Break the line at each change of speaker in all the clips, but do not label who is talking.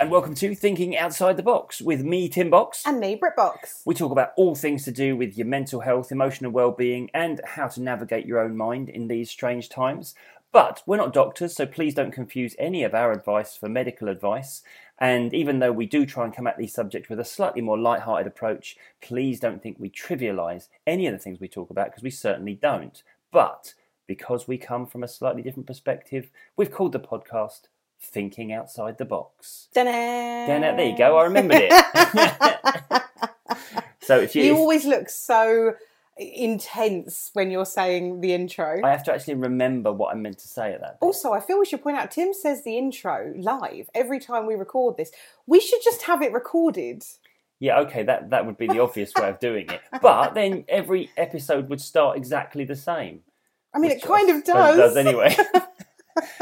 and welcome to Thinking Outside the Box with me, Tim Box.
And me, Brit Box.
We talk about all things to do with your mental health, emotional well-being, and how to navigate your own mind in these strange times. But we're not doctors, so please don't confuse any of our advice for medical advice. And even though we do try and come at these subjects with a slightly more light-hearted approach, please don't think we trivialise any of the things we talk about because we certainly don't. But because we come from a slightly different perspective, we've called the podcast Thinking Outside the Box.
Ta-da!
Dan, there you go. I remembered it. so if you,
You
if-
always look so intense when you're saying the intro.
I have to actually remember what I'm meant to say at that. point.
Also, I feel we should point out Tim says the intro live every time we record this. We should just have it recorded.
Yeah, okay, that that would be the obvious way of doing it. But then every episode would start exactly the same.
I mean,
which
it kind of
suppose
does.
anyway.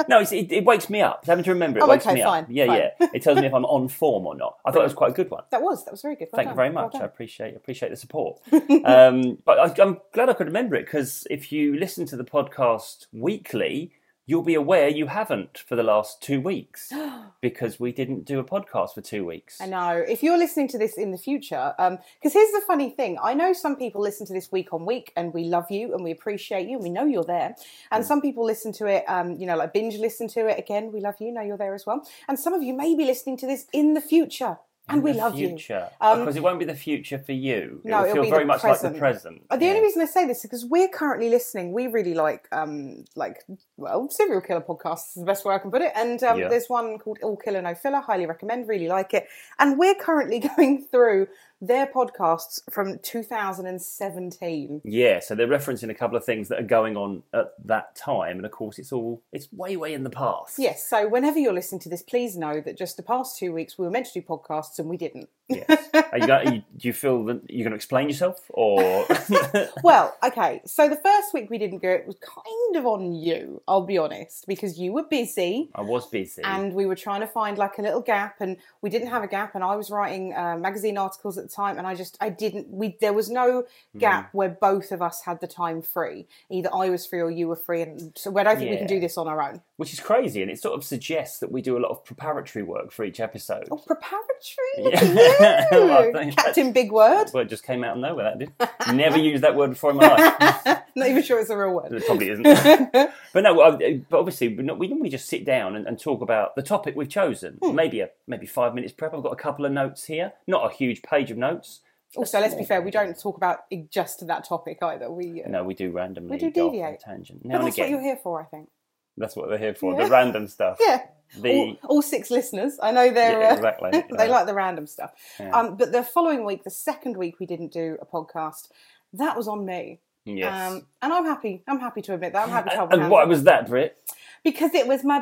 No, it's, it, it wakes me up. Having to remember it
Oh,
wakes
okay,
me
fine,
up. Yeah,
fine.
yeah. It tells me if I'm on form or not. I thought it was quite a good one.
That was that was very good. Well
Thank you
done.
very
Well
much. I
done.
appreciate appreciate the support. um, but I, I'm glad I could remember it because if you listen to the podcast weekly, you'll be aware you haven't for the last two weeks because we didn't do a podcast for two weeks.
I know. If you're listening to this in the future, because here's the funny thing I know some people listen to this week on week and we love you and we appreciate you and we know you're there. And
Mm.
some people listen to it, um, you know, like binge listen to it again. We love you, know you're there as well. And some of you may be listening to this in the future and we
the
love you. Um,
future. because it won't be the future for you. it
no,
will
it'll
feel
be
very
the
much like
present.
the present.
Uh, The
Yeah.
only reason I say this is because we're currently listening. We really like, um, like, well, serial killer podcasts is the best way I can put it. And um,
Yeah.
there's one called All Killer No Filler. Highly recommend. Really like it. And we're currently going through their podcasts from 2017.
Yeah, so they're referencing a couple of things that are going on at that time, and of course, it's all it's way, way in the past.
Yes. So whenever you're listening to this, please know that just the past two weeks we were meant to do podcasts and we didn't.
Yes. Are you, go- are you, do you feel that you're going to explain yourself, or
well, okay. So the first week we didn't go. It was kind of on you. I'll be honest because you were busy.
I was busy.
and we were trying to find like a little gap and we didn't have a gap and i was writing uh, magazine articles at the time and i just i didn't we there was no
Mm.
gap where both of us had the time free either i was free or you were free and so i don't think we can
Yeah.
do this on our own
which is crazy, and it sort of suggests that we do a lot of preparatory work for each episode.
oh preparatory look
Yeah.
at you
Well, I think
captain big word
Well, it just came out of nowhere. That did. Never used that word before in my life.
not even sure it's a real word
It probably isn't. but no, I- but obviously, we're not, we normally just sit down and, and talk about the topic we've chosen.
Hmm.
Maybe a maybe five minutes prep. I've got a couple of notes here, not a huge page of notes.
also Oh, let's be fair we don't talk about e, just that topic either we uh,
No, we do randomly.
We do
go off on a
deviate.
tangent now
but
and
that's what
again.
you're here for i think
that's what they're here for.
Yeah.
The random stuff.
yeah
The
all, all six listeners i know they're
Yeah,
uh,
exactly.
they
Yeah.
like the random stuff.
Yeah.
Um, but the following week, the second week, we didn't do a podcast. That was on me,
yes. Uh,
um, and I'm happy. I'm happy to admit that. I'm happy to help
and
out.
why was that, Brit?
because it was my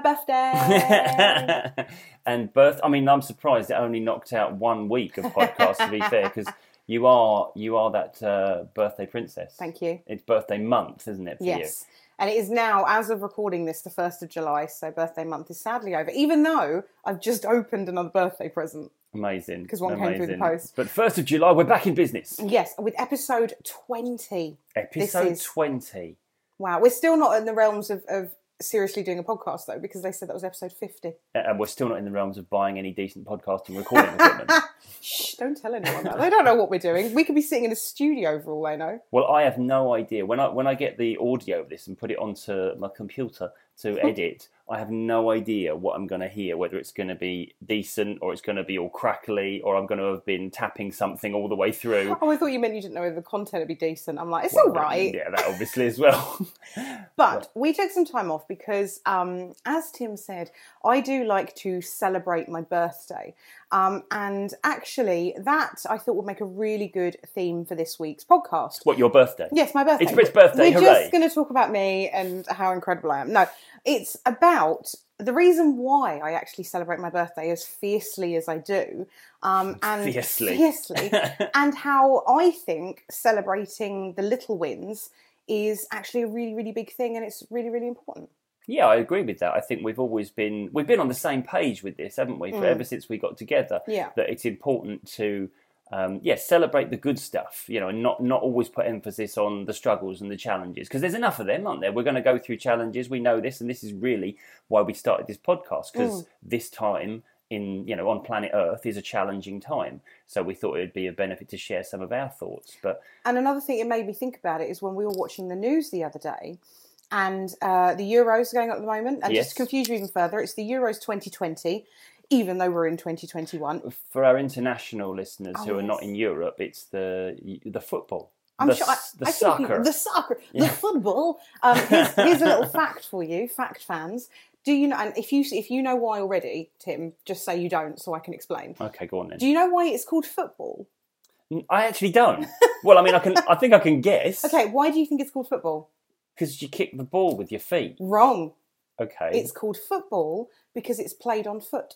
birthday.
and birth. I mean, I'm surprised it only knocked out one week of podcasts. to be fair, because you are you are that uh, birthday princess.
Thank you.
It's birthday month, isn't it? For you?
Yes, and it is now, as of recording this, the first of July. So birthday month is sadly over. Even though I've just opened another birthday present.
Amazing.
'Cause one came through the
amazing.
post.
But 1st of July, we're back in business.
Yes, with episode twenty.
Episode
is-
20.
Wow, we're still not in the realms of. of Seriously, doing a podcast though, because they said that was episode 50.
Uh, And we're still not in the realms of buying any decent podcasting recording equipment.
Shh, don't tell anyone that. They don't know what we're doing. We could be sitting in a studio for all they know.
Well, I have no idea. When I, when I get the audio of this and put it onto my computer to edit, I have no idea what I'm going to hear, whether it's going to be decent or it's going to be all crackly or I'm going to have been tapping something all the way through.
Oh, I thought you meant you didn't know whether the content would be decent. I'm like, it's all right.
Yeah, that obviously as well.
But we took some time off because, um, as Tim said, I do like to celebrate my birthday. Um, and actually, that I thought would make a really good theme for this week's podcast.
what, your birthday?
Yes, my birthday.
It's Brit's birthday,
We're
hooray.
just going to talk about me and how incredible I am. No, it's about the reason why I actually celebrate my birthday as fiercely as I do, um, and
Fiercely.
fiercely, and how I think celebrating the little wins is actually a really, really big thing, and it's really, really important.
Yeah, I agree with that. I think we've always been we've been on the same page with this, haven't we? For
Mm.
ever since we got together,
Yeah.
that it's important to um, yeah celebrate the good stuff, you know, and not not always put emphasis on the struggles and the challenges because there's enough of them, aren't there? We're going to go
Mm.
through challenges. We know this, and this is really why we started this podcast because this time. in you know on planet Earth is a challenging time. So we thought it'd be a benefit to share some of our thoughts. But
And another thing it made me think about it is when we were watching the news the other day, and uh, the Euros are going up at the moment. And
Yes.
just to confuse you even further, it's the Euros 2020, even though we're in 2021.
for our international listeners
Oh,
who are not
yes.
in Europe, it's the the football,
I'm
the,
sure I,
s- the
I think you-
soccer.
the soccer,
Yeah.
the football. Um, here's, here's a little fact for you, fact fans. Do you know? And if you if you know why already, Tim, just say you don't, so I can explain.
Okay, go on then.
Do you know why it's called football?
I actually don't. Well, I mean, I can. I think I can guess.
Okay, why do you think it's called football?
Because you kick the ball with your feet.
Wrong.
Okay.
It's called football because it's played on foot,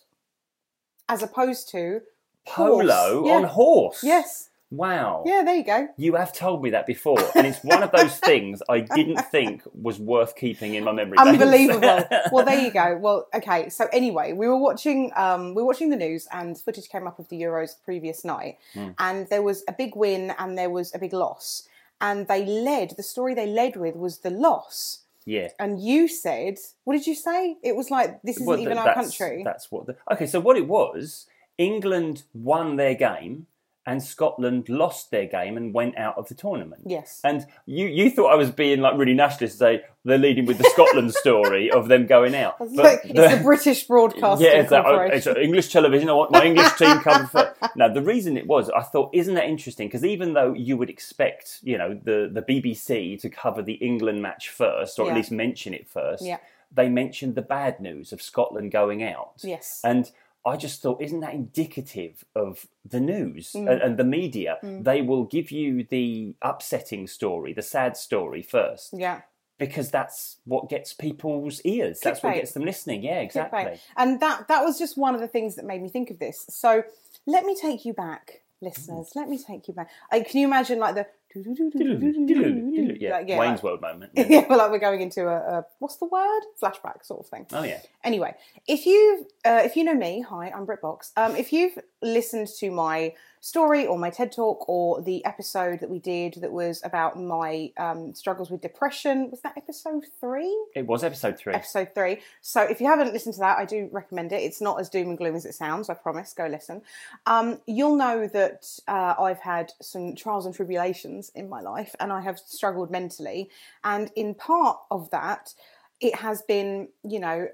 as opposed to
polo
horse. Yeah.
on horse.
yes.
Wow.
Yeah, there you go.
You have told me that before, and it's one of those things I didn't think was worth keeping in my memory. banks.
Unbelievable. well, there you go. Well, okay. So anyway, we were watching um, we were watching the news, and footage came up of the Euros the previous night,
Hmm.
and there was a big win and there was a big loss, and they led. The story they led with was the loss,
yeah.
and you said, "What did you say?" It was like this isn't
Well,
even
th-
our
that's-
country.
That's what. The, okay, so what it was, England won their game, and Scotland lost their game and went out of the tournament.
Yes.
And you, you thought I was being like really nationalist to say they're leading with the Scotland story of them going out.
It's
But
like-
the-
it's the British Broadcasting
yeah, it's, that, oh,
Corporation.
it's uh, English television. I want my English team covered first. Now, the reason it was, I thought, isn't that interesting? Because even though you would expect, you know, the, the BBC to cover the England match first, or at
Yeah.
least mention it first,
Yeah.
they mentioned the bad news of Scotland going out.
Yes.
And I just thought, isn't that indicative of the news
Mm.
and, and the media? They will give you the upsetting story, the sad story first,
yeah.
because that's what gets people's ears. That's what
Clickbait.
gets them listening. Yeah, exactly.
Right. And that that was just one of the things that made me think of this. So let me take you back, listeners. Let me take you back. Uh, can you imagine like the
yeah,
like,
Wayne's
yeah, like-
World moment. yeah.
yeah, well, like we're going into a, a what's the word flashback sort of thing.
Oh yeah,
Anyway, if you uh, if you know me, hi, I'm Britt Box. Um, if you've listened to my story or my TED talk or the episode that we did that was about my um, struggles with depression, was that episode three?
it was episode three.
episode three. So if you haven't listened to that, I do recommend it. It's not as doom and gloom as it sounds. I promise. Go listen. Um, you'll know that uh, I've had some trials and tribulations in my life, and I have struggled mentally. And in part of that. It has been, you know,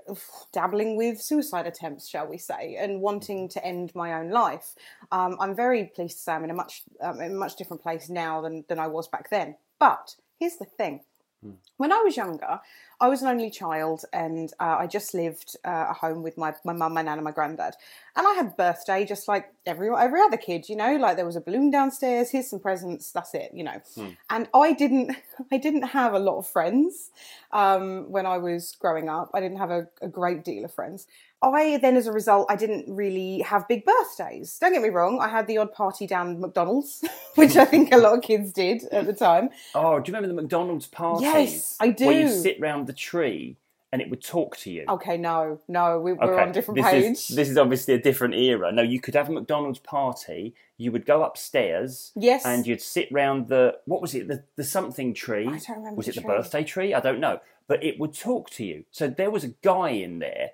dabbling with suicide attempts, shall we say, and wanting to end my own life. Um, I'm very pleased to say I'm in a much, um, in a much different place now than, than I was back then. But here's the thing when I was younger, I was an only child and uh, I just lived uh, at home with my, my mum, my nan, and my granddad. And I had birthday just like every, every other kid, you know, like there was a balloon downstairs, here's some presents, that's it, you know. And I didn't, I didn't have a lot of friends um, when I was growing up. I didn't have a, a great deal of friends. I then, as a result, I didn't really have big birthdays. Don't get me wrong, I had the odd party down McDonald's, which I think a lot of kids did at the time.
Oh, do you remember the McDonald's parties?
Yes, I
Where you
do.
sit round the tree and it would talk to you.
Okay, no, no, we, we're on a different
this
page.
Is, this is obviously a different era. No, you could have a McDonald's party. You would go upstairs.
Yes.
And you'd sit round the what was it? The, the something tree.
I don't remember
Was
the
it the
tree.
birthday tree? I don't know. But it would talk to you. So there was a guy in there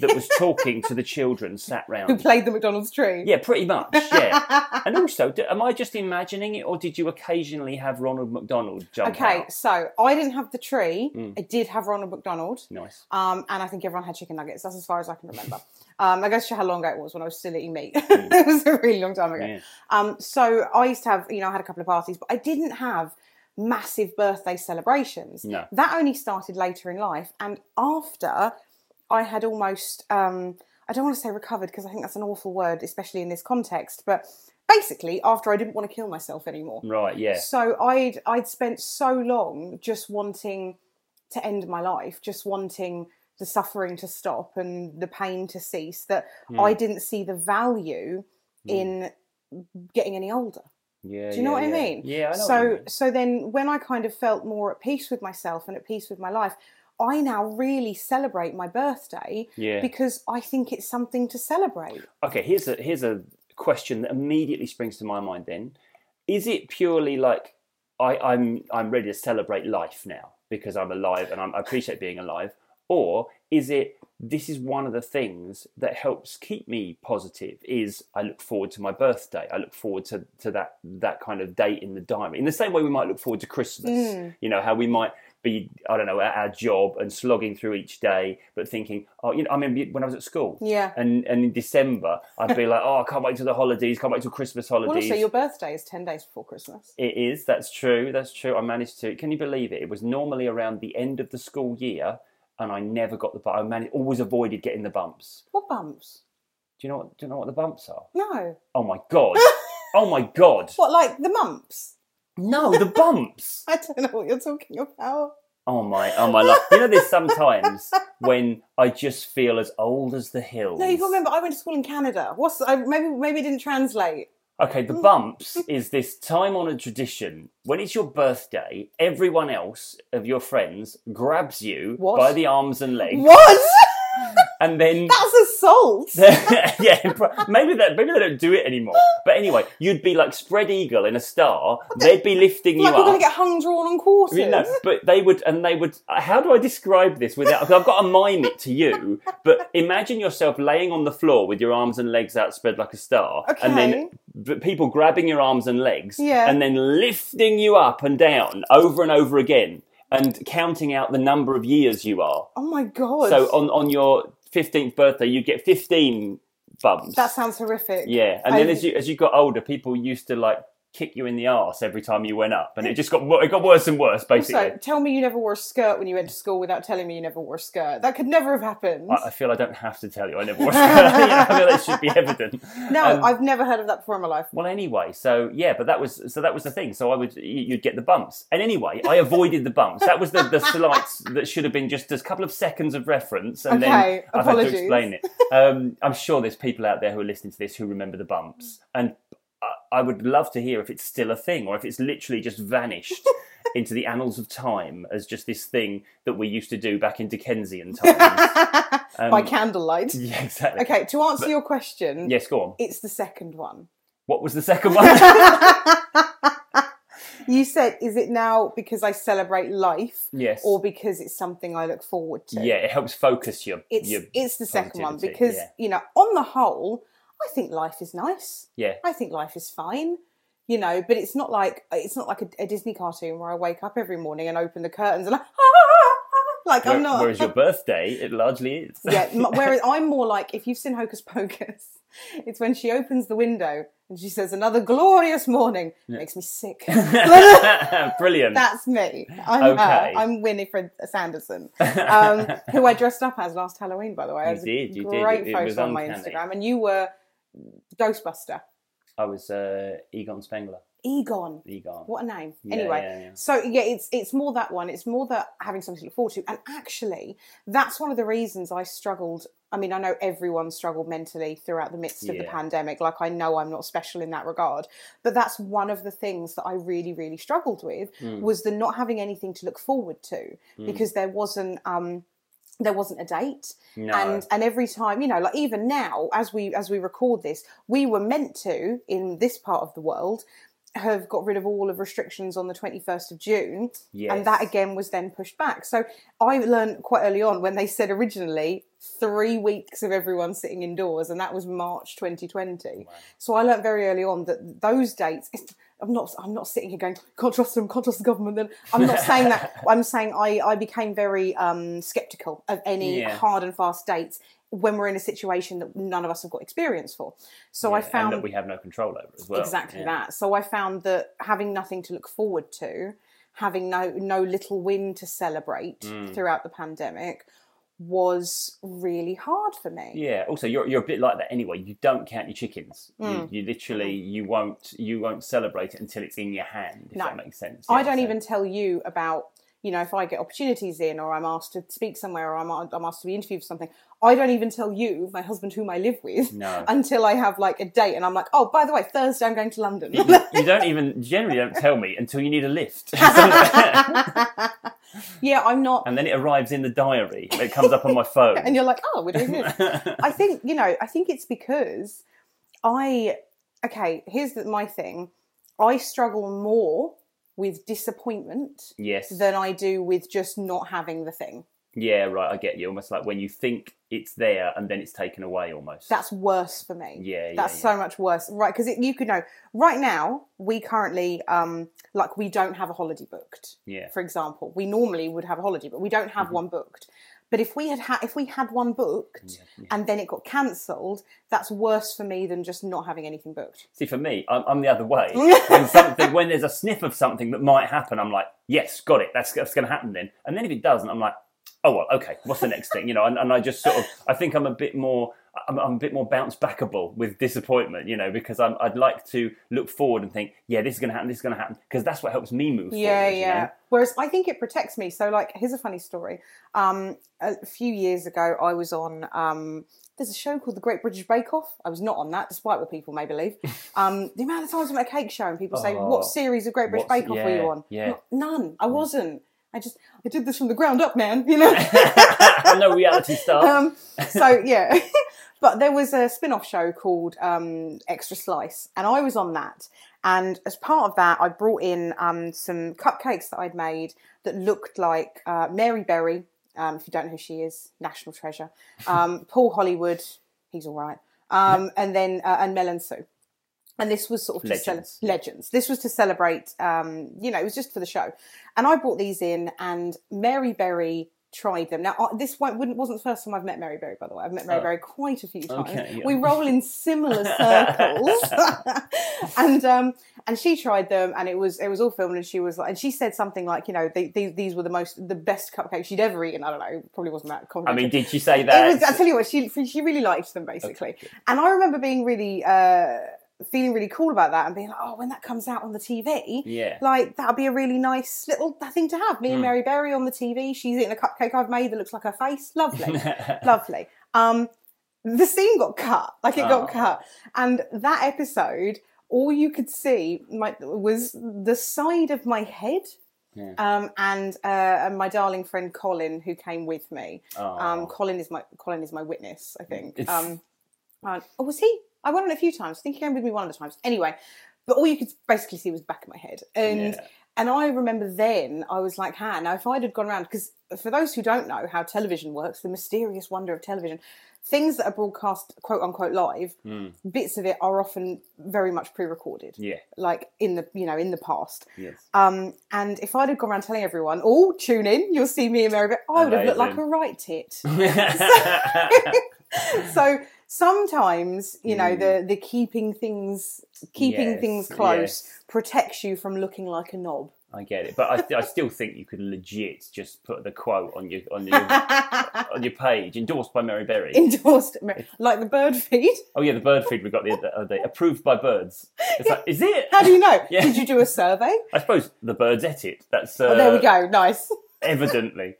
that was talking to the children sat
who
round.
played the McDonald's tree.
Yeah, pretty much. Yeah. and also, d am I just imagining it, or did you occasionally have Ronald McDonald jump
Okay,
out?
so I didn't have the tree.
Mm.
I did have Ronald McDonald.
Nice.
Um, and I think everyone had chicken nuggets. That's as far as I can remember. Um, I guess show how long ago it was when I was still eating meat. it was a really long time ago.
Mm. Yeah.
Um, so I used to have, you know, I had a couple of parties, but I didn't have massive birthday celebrations.
No.
That only started later in life. And after I had almost, um, I don't want to say recovered because I think that's an awful word, especially in this context, but basically after I didn't want to kill myself anymore.
Right. Yeah.
So I'd I'd spent so long just wanting to end my life, just wanting the suffering to stop and the pain to cease that
Hmm.
I didn't see the value in getting any older.
Yeah.
Do you know what I mean?
Yeah. I know
so
what you mean.
so then when I kind of felt more at peace with myself and at peace with my life, I now really celebrate my birthday
Yeah.
because I think it's something to celebrate.
Okay, here's a here's a question that immediately springs to my mind. Then, is it purely like I, I'm I'm ready to celebrate life now because I'm alive and I'm, I appreciate being alive, or is it this is one of the things that helps keep me positive is I look forward to my birthday. I look forward to, to that that kind of date in the diary. In the same way we might look forward to Christmas. You know, how we might be, I don't know, at our job and slogging through each day, but thinking, oh, you know, I mean when I was at school.
Yeah.
And and in December I'd be like, Oh, I can't wait till the holidays, can't wait till Christmas holidays.
Well, also, your birthday is 10 days before Christmas.
It is. That's true. That's true. I managed to. Can you believe it? It was normally around the end of the school year, and I never got the. bu- I managed, always avoided getting the bumps.
What bumps?
Do you know what? Do you know what the bumps are?
No.
Oh my god! oh my god!
What, like the mumps?
No, the bumps.
I don't know what you're talking about.
Oh my! Oh my life! You know, there's sometimes when I just feel as old as the hills.
No, you got to remember, I went to school in Canada. What's I, maybe maybe it didn't translate.
Okay, the bumps is this time honoured tradition. When it's your birthday, everyone else of your friends grabs you
What?
by the arms and legs,
What?
and then
That's assault.
yeah, pro- maybe that maybe they don't do it anymore. But anyway, you'd be like spread eagle in a star. They'd be lifting you
like we're
up.
going to get hung, drawn, and quartered.
You know, but they would, and they would. How do I describe this without? Because I've got to mime it to you. But imagine yourself laying on the floor with your arms and legs outspread like a star, and
Okay.
then b- people grabbing your arms and legs,
Yeah.
and then lifting you up and down over and over again, and counting out the number of years you are.
Oh my god.
So on on your fifteenth birthday, you get fifteen bumps.
that sounds horrific.
Yeah, and then
I-
as you as you got older, people used to like kick you in the arse every time you went up, and it just got wo- it got worse and worse. Basically,
So tell me you never wore a skirt when you went to school without telling me you never wore a skirt. That could never have happened.
I, I feel I don't have to tell you. I never was. I feel that should be evident.
no,
um,
I've never heard of that before in my life.
Well, anyway, so yeah, but that was so that was the thing. So I would y- you'd get the bumps, and anyway, I avoided the bumps. That was the the slights that should have been just a couple of seconds of reference, and then
Okay,
I've had to
apologies.
explain it. Um, I'm sure there's people out there who are listening to this who remember the bumps, and I, I would love to hear if it's still a thing or if it's literally just vanished. Into the annals of time as just this thing that we used to do back in Dickensian times. Um,
By candlelight.
yeah, exactly.
Okay, to answer your question,
Yes, go on.
it's the second one.
What was the second one?
You said, is it now because I celebrate life
yes.
or because it's something I look forward to?
yeah, it helps focus your.
It's,
your
it's the second one
positivity,
because,
yeah.
you know, on the whole, I think life is nice.
yeah.
I think life is fine, you know. But it's not like it's not like a, a Disney cartoon where I wake up every morning and open the curtains and like, like
Where-
I'm not.
Whereas your birthday, it largely is.
yeah, m- whereas I'm more like if you've seen Hocus Pocus, it's when she opens the window and she says, "Another glorious morning." Makes me sick.
Brilliant.
That's me. I'm
Okay.
her. I'm Winifred Sanderson, um, who I dressed up as last Halloween, by the way. I
You
had a
did, you did.
great
It- it
photo
was
on my
uncanny.
Instagram, and you were Ghostbuster
I was uh, Egon Spengler.
Egon.
Egon.
What a name.
Yeah,
anyway,
yeah, yeah.
so yeah, it's it's more that one. It's more that having something to look forward to. And actually, that's one of the reasons I struggled. I mean, I know everyone struggled mentally throughout the midst of the
Yeah.
pandemic. Like, I know I'm not special in that regard, but that's one of the things that I really, really struggled with
Mm.
was the not having anything to look forward to because there wasn't. Um, there wasn't a date
mm, No.
and and every time you know like even now as we as we record this we were meant to in this part of the world have got rid of all of restrictions on the 21st of June
Yes.
and that again was then pushed back so I learned quite early on when they said originally 3 weeks of everyone sitting indoors and that was March 2020 so I learned very early on that those dates I'm not I'm not sitting here going can't trust them can't trust the government then I'm not saying that I'm saying I I became very um skeptical of any
Yeah.
hard and fast dates when we're in a situation that none of us have got experience for so I
Yeah,
found
and that we have no control over as well.
exactly
Yeah.
that. So I found that having nothing to look forward to, having no no little win to celebrate
Hmm.
throughout the pandemic was really hard for me.
Yeah. Also, you're you're a bit like that anyway. You don't count your chickens.
Mm.
You, you literally you won't you won't celebrate it until it's in your hand. If
No.
that makes sense.
I
Yeah,
don't
so-
even tell you about you know if I get opportunities in or I'm asked to speak somewhere or I'm I'm asked to be interviewed for something. I don't even tell you, my husband, whom I live with,
No.
until I have like a date and I'm like, oh, by the way, Thursday I'm going to London.
You don't even generally don't tell me until you need a lift, and
yeah, I'm not.
then it arrives in the diary. It comes up on my phone.
and you're like, oh, we're doing this. I think you know. I think it's because I okay. Here's the, my thing. I struggle more with disappointment
yes.
than I do with just not having the thing.
yeah, right, I get you. Almost like when you think it's there and then it's taken away almost.
That's worse for me.
Yeah, yeah,
That's so much worse. Right, because you could know right now, we currently, um, like, we don't have a holiday booked.
Yeah.
For example, we normally would have a holiday, but we don't have
Mm-hmm.
one booked. But if we had ha- if we had one booked and then it got cancelled, that's worse for me than just not having anything booked.
See, for me, I'm, I'm the other way. when something, when there's a sniff of something that might happen, I'm like, yes, got it. That's, that's going to happen then. And then if it doesn't, I'm like, oh well, okay. What's the next thing? You know, and, and I just sort of, I think I'm a bit more, I'm, I'm a bit more bounce backable with disappointment. You know, because I'm, I'd like to look forward and think, yeah, this is going to happen. This is going to happen because that's what helps me move.
Yeah,
forward, you
yeah.
know?
Whereas I think it protects me. So, like, here's a funny story. Um, a few years ago, I was on. Um, there's a show called The Great British Bake Off. I was not on that, despite what people may believe. Um, the amount of times I'm at a cake show and people say,
Oh.
"What series of Great British
What's-
Bake Off were you
yeah,
on?"
yeah. Hmm.
Not- none. I wasn't. I just I did this from the ground up, man. You know.
I'm no reality star.
um, so yeah, but there was a spin-off show called um, Extra Slice, and I was on that. And as part of that, I brought in um, some cupcakes that I'd made that looked like uh, Mary Berry. Um, if you don't know who she is, national treasure. Um, Paul Hollywood, he's all right. Um, and then uh, and Mel and Sue. And this was sort of to cele-
Legends.
legends. This was to celebrate. Um, you know, it was just for the show. And I brought these in, and Mary Berry tried them. Now, I- this one wouldn't, wasn't the first time I've met Mary Berry, by the way. I've met Mary Berry quite a few times.
Oh. Okay, yeah.
We roll in similar circles, and um, and she tried them, and it was it was all filmed, and she was like, and she said something like, you know, they, they, these were the most the best cupcakes she'd ever eaten. I don't know, it probably wasn't that.
I
complimentary.
mean, did you say
It
that?
was, I tell you what, she she really liked them basically, and I remember being really uh, feeling really cool about that, and being like, oh, when that comes out on the TV,
Yeah. Hmm.
like that'll be a really nice little thing to have. Me and Mary Berry on the TV. She's eating a cupcake I've made that looks like her face. Lovely, lovely. Um, the scene got cut, like it
Oh.
got cut, and that episode, all you could see my, was the side of my head.
Yeah.
Um, and, uh, and my darling friend Colin, who came with me,
Oh,
um, Colin is my Colin is my witness. I think. Um, and- oh, was he? I went on a few times. I think he came with me one of the times. Anyway, but all you could basically see was the back of my head, and
Yeah.
and I remember then I was like, "Ha!" Now, if I'd had gone around, because for those who don't know how television works, the mysterious wonder of television, things that are broadcast quote unquote live, bits of it are often very much pre-recorded.
Hmm. yeah.
Like in the you know in the past,
Yes.
um, and if I'd have gone around telling everyone, "Oh, tune in, you'll see me in Mary," Beth," I would have looked like
Amazing.
a right tit. so sometimes you know the the keeping things keeping
Mm. Yes,
things close
yes.
protects you from looking like a knob
I get it, but I, I still think you could legit just put the quote on your on your on your page, endorsed by Mary Berry.
endorsed Mary- like the bird feed
oh yeah, the bird feed we got the other day, approved by birds. It's like, is it?
how do you know
Yeah.
did you do a survey
I suppose the birds ate it. That's uh,
oh, there we go nice
evidently.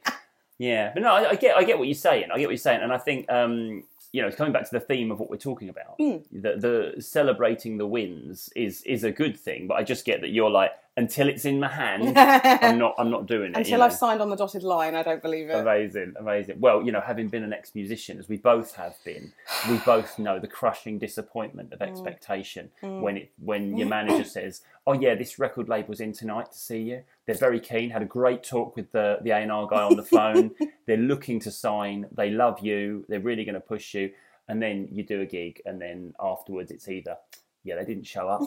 Yeah, but no, I, I get I get what you're saying. I get what you're saying, and I think um, you know, coming back to the theme of what we're talking about,
Hmm.
the, the celebrating the wins is is a good thing. But I just get that you're like, until it's in my hand, I'm not I'm not doing it. you
until
know?
i've signed on the dotted line i don't believe it
Amazing, amazing. Well, you know, having been an ex-musician, as we both have been, we both know the crushing disappointment of expectation when it when your manager says, "Oh yeah, this record label's in tonight to see you. They're very keen. Had a great talk with the the A and R guy on the phone. They're looking to sign. They love you. They're really going to push you." And then you do a gig, and then afterwards, it's either, "Yeah, they didn't show up,"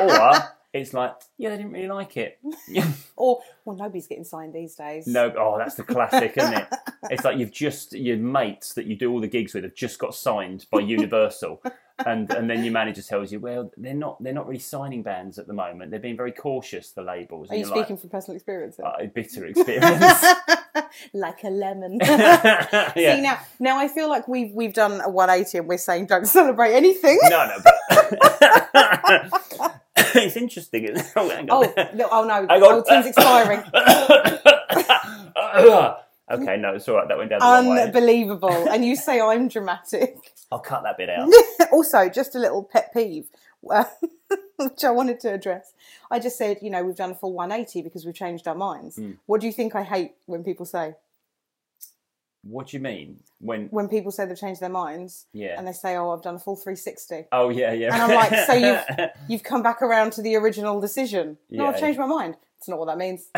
or it's like, "Yeah, they didn't really like it."
or well nobody's getting signed these days
No, oh, that's the classic, isn't it? It's like you've just your mates that you do all the gigs with have just got signed by Universal, and and then your manager tells you, well, they're not they're not really signing bands at the moment. They're being very cautious. The labels.
are
And
you
you're like,
speaking from personal experience
"Oh, bitter experience.
like a lemon See
yeah.
now, now I feel like we've we've done a 180 and we're saying don't celebrate anything.
No, no. But it's interesting. isn't it? Oh, hang on.
Oh no! Oh no!
Hang on.
Oh, team's expiring.
okay, no, it's all right. That went down the
Um,
wrong way.
Unbelievable. And you say I'm dramatic.
I'll cut that bit out.
also, just a little pet peeve, uh, which I wanted to address. I just said, you know, we've done a
Hmm.
full 180 because we've changed our minds. What do you think I hate when people say?
What do you mean? When?
when people say they've changed their minds
Yeah.
and they say, "Oh, I've done a full 360."
oh yeah, yeah.
And I'm like, so you've you've come back around to the original decision. No,
Yeah.
I've changed my mind. It's not what that means.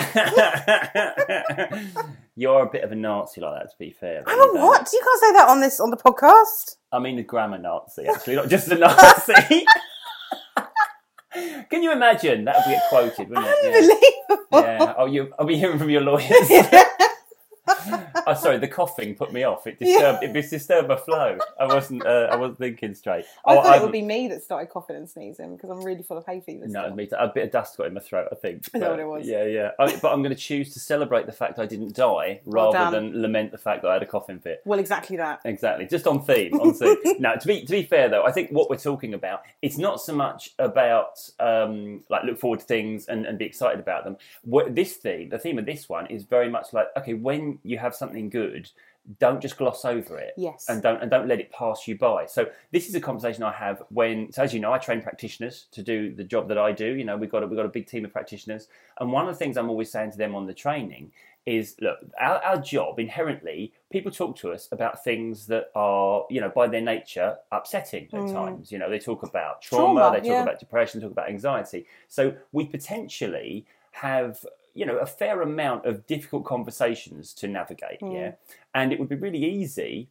You're a bit of a Nazi like that, to be fair.
I'm
really,
a
though.
Oh, what? You can't say that on this on the podcast.
I mean, a grammar Nazi, actually, not just a Nazi. Can you imagine? That would get quoted, wouldn't it? Yeah.
Unbelievable.
yeah. Oh, you. I'll be hearing from your lawyers. oh, sorry, the coughing put me off. It disturbed. It was disturbed my flow. I wasn't. Uh, I wasn't thinking straight.
I
oh,
thought it
I'm-
would be me that started coughing and sneezing because I'm really full of hay fever.
No,
still.
me too. A bit of dust got in my throat, I think.
Is that
But,
what it was?
Yeah, yeah. I, but I'm going to choose to celebrate the fact I didn't die
Well
rather
done.
than lament the fact that I had a coughing fit.
Well, exactly that.
Exactly. Just on theme. On theme. now, to be to be fair though, I think what we're talking about it's not so much about um, like look forward to things and, and be excited about them. What this theme, the theme of this one, is very much like okay, when you have something good, don't just gloss over it.
Yes.
And don't and don't let it pass you by. So this is a conversation I have when, so as you know, I train practitioners to do the job that I do. You know, we've got a, we've got a big team of practitioners, and one of the things I'm always saying to them on the training is, look, our, our job inherently, people talk to us about things that are, you know, by their nature, upsetting at times. You know, they talk about trauma,
Mm. Trauma,
they talk
yeah.
about depression, talk about anxiety. So we potentially have. You know, a fair amount of difficult conversations to navigate,
Mm.
yeah. And it would be really easy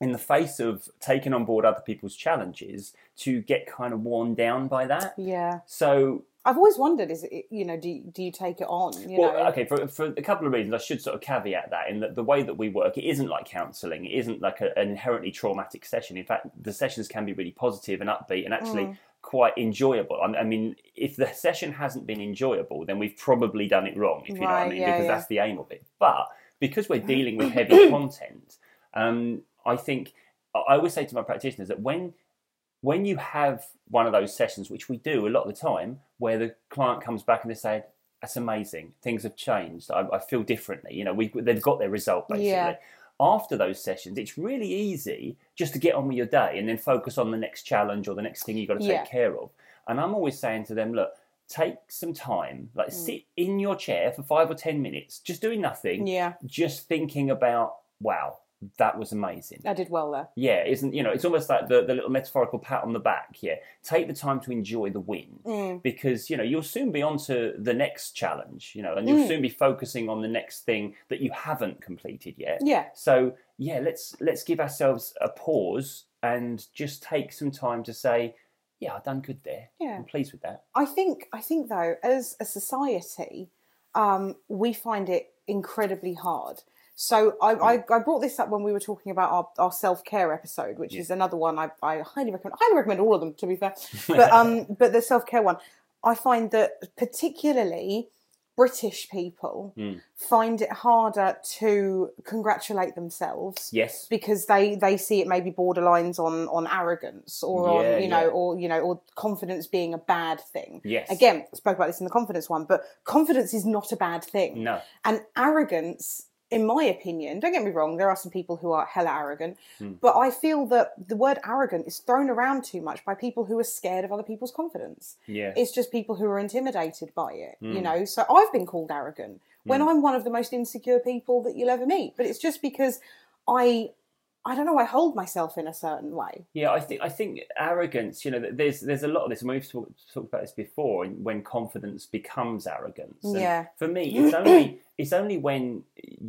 in the face of taking on board other people's challenges to get kind of worn down by that.
Yeah.
So,
I've always wondered: is it you know do you, do you take it on? You
well,
know.
okay, for, for a couple of reasons, I should sort of caveat that in that the way that we work, it isn't like counselling, it isn't like a, an inherently traumatic session. In fact, the sessions can be really positive and upbeat and actually
Mm.
quite enjoyable. I, I mean, if the session hasn't been enjoyable, then we've probably done it wrong, if you know what I
Right,
mean,
yeah,
because
yeah.
that's the aim of it. But because we're dealing with heavy content, um, I think I I always say to my practitioners that when when you have one of those sessions, which we do a lot of the time, where the client comes back and they say, "That's amazing. Things have changed. I, I feel differently." You know, we they've got their result basically.
Yeah.
After those sessions, it's really easy just to get on with your day and then focus on the next challenge or the next thing you've got to take
Yeah.
care of. And I'm always saying to them, "Look." Take some time,
Mm.
like sit in your chair for five or ten minutes, just doing nothing,
Yeah.
just thinking about, wow, that was amazing.
I did well there.
Yeah, isn't you know? It's almost like the, the little metaphorical pat on the back. Yeah, take the time to enjoy the win
Mm.
because you know you'll soon be on to the next challenge. You know, and
Mm.
you'll soon be focusing on the next thing that you haven't completed yet.
Yeah.
So yeah, let's let's give ourselves a pause and just take some time to say, yeah, I've done good there.
Yeah.
I'm pleased with that.
I think I think though, as a society, um, we find it incredibly hard. So I, I,
Mm.
I brought this up when we were talking about our, our self care episode, which is another one I, I highly recommend. I highly recommend all of them, to be fair. But um, but the self care one, I find that particularly British people
Mm.
find it harder to congratulate themselves
Yes.
because they they see it maybe borderlines on on arrogance or
Yeah,
on you know
yeah.
or you know or confidence being a bad thing
Yes.
again spoke about this in the confidence one but confidence is not a bad thing
No.
and arrogance in my opinion don't get me wrong there are some people who are hella arrogant
Hmm.
but i feel that the word arrogant is thrown around too much by people who are scared of other people's confidence
Yeah.
it's just people who are intimidated by it,
Hmm.
you know. So I've been called arrogant when I'm one of the most insecure people that you'll ever meet. But it's just because I, I don't know, I hold myself in a certain way.
Yeah, I think I think arrogance. You know, th- there's there's a lot of this, and we've talked, talked about this before. in- When confidence becomes arrogance, And
Yeah.
For me, it's only it's only when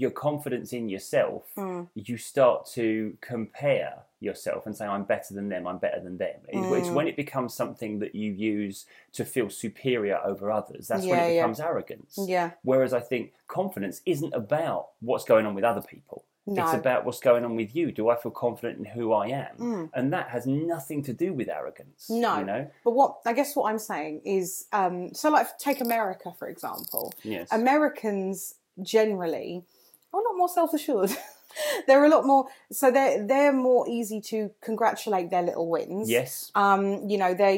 your confidence in yourself
Hmm.
you start to compare yourself and say, "I'm better than them. I'm better than them." It-
Mm.
It's when it becomes something that you use to feel superior over others. That's when
Yeah,
it
yeah.
becomes arrogance.
Yeah.
Whereas I think confidence isn't about what's going on with other people. It's
No.
about what's going on with you. Do I feel confident in who I am? And that has nothing to do with arrogance.
Mm. No,
You know?
but what I guess what I'm saying is, um, so like take America for example.
Yes.
Americans generally are a lot more self-assured. they're a lot more, so they're they're more easy to congratulate their little wins.
Yes.
um, you know, they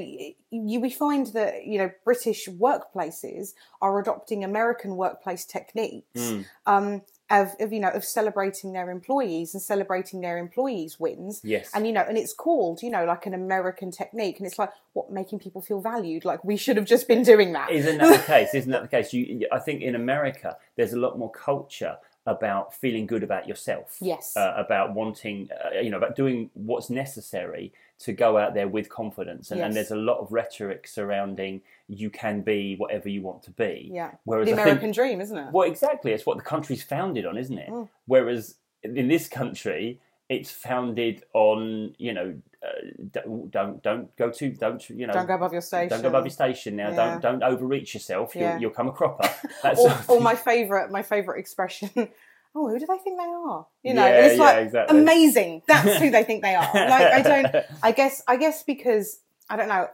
you we find that you know British workplaces are adopting American workplace techniques
Hmm.
um, of, of you know of celebrating their employees and celebrating their employees' wins.
Yes.
and you know, and it's called you know like an American technique, and it's like what making people feel valued. Like we should have just been doing that.
Isn't that the case? Isn't that the case? You, you- I think in America, there's a lot more culture about feeling good about yourself.
Yes.
Uh, about wanting, uh, you know, about doing what's necessary to go out there with confidence. And, and
Yes.
there's a lot of rhetoric surrounding you can be whatever you want to be.
Yeah.
Whereas
the
I
American
think,
dream, isn't it?
well, exactly, it's what the country's founded on, isn't it?
Mm.
Whereas in this country, it's founded on, you know, uh, don't, don't don't go too don't you know
Don't go above your station.
don't go above your station now.
Yeah.
Don't don't overreach yourself. You'll,
Yeah.
you'll come a cropper. That's
or, or my favorite, my favorite expression. Oh, who do they think they are? You know,
Yeah,
and it's
yeah,
like
exactly.
amazing. That's who they think they are. Like I don't. I guess. I guess because I don't know. uh,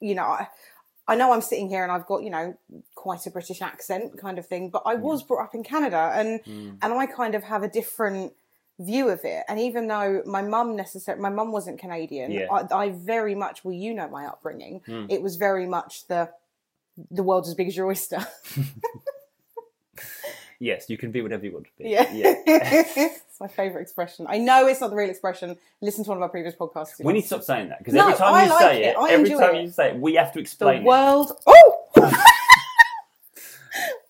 You know, I, I know I'm sitting here and I've got you know quite a British accent kind of thing, but I was brought up in Canada and
Mm.
and I kind of have a different view of it. And even though my mum necessarily, my mum wasn't Canadian,
Yeah.
I, I very much, well, you know, my upbringing.
Mm.
It was very much the the world's as big as your oyster.
Yes, you can be whatever you want to be.
Yeah. it's my favourite expression. I know it's not the real expression. Listen to one of our previous podcasts.
We need to stop saying that because
No,
every time
I
you
like
say
it.
it,
I
every
enjoy
time
it.
you say it, we have to
the
explain it.
world. Oh!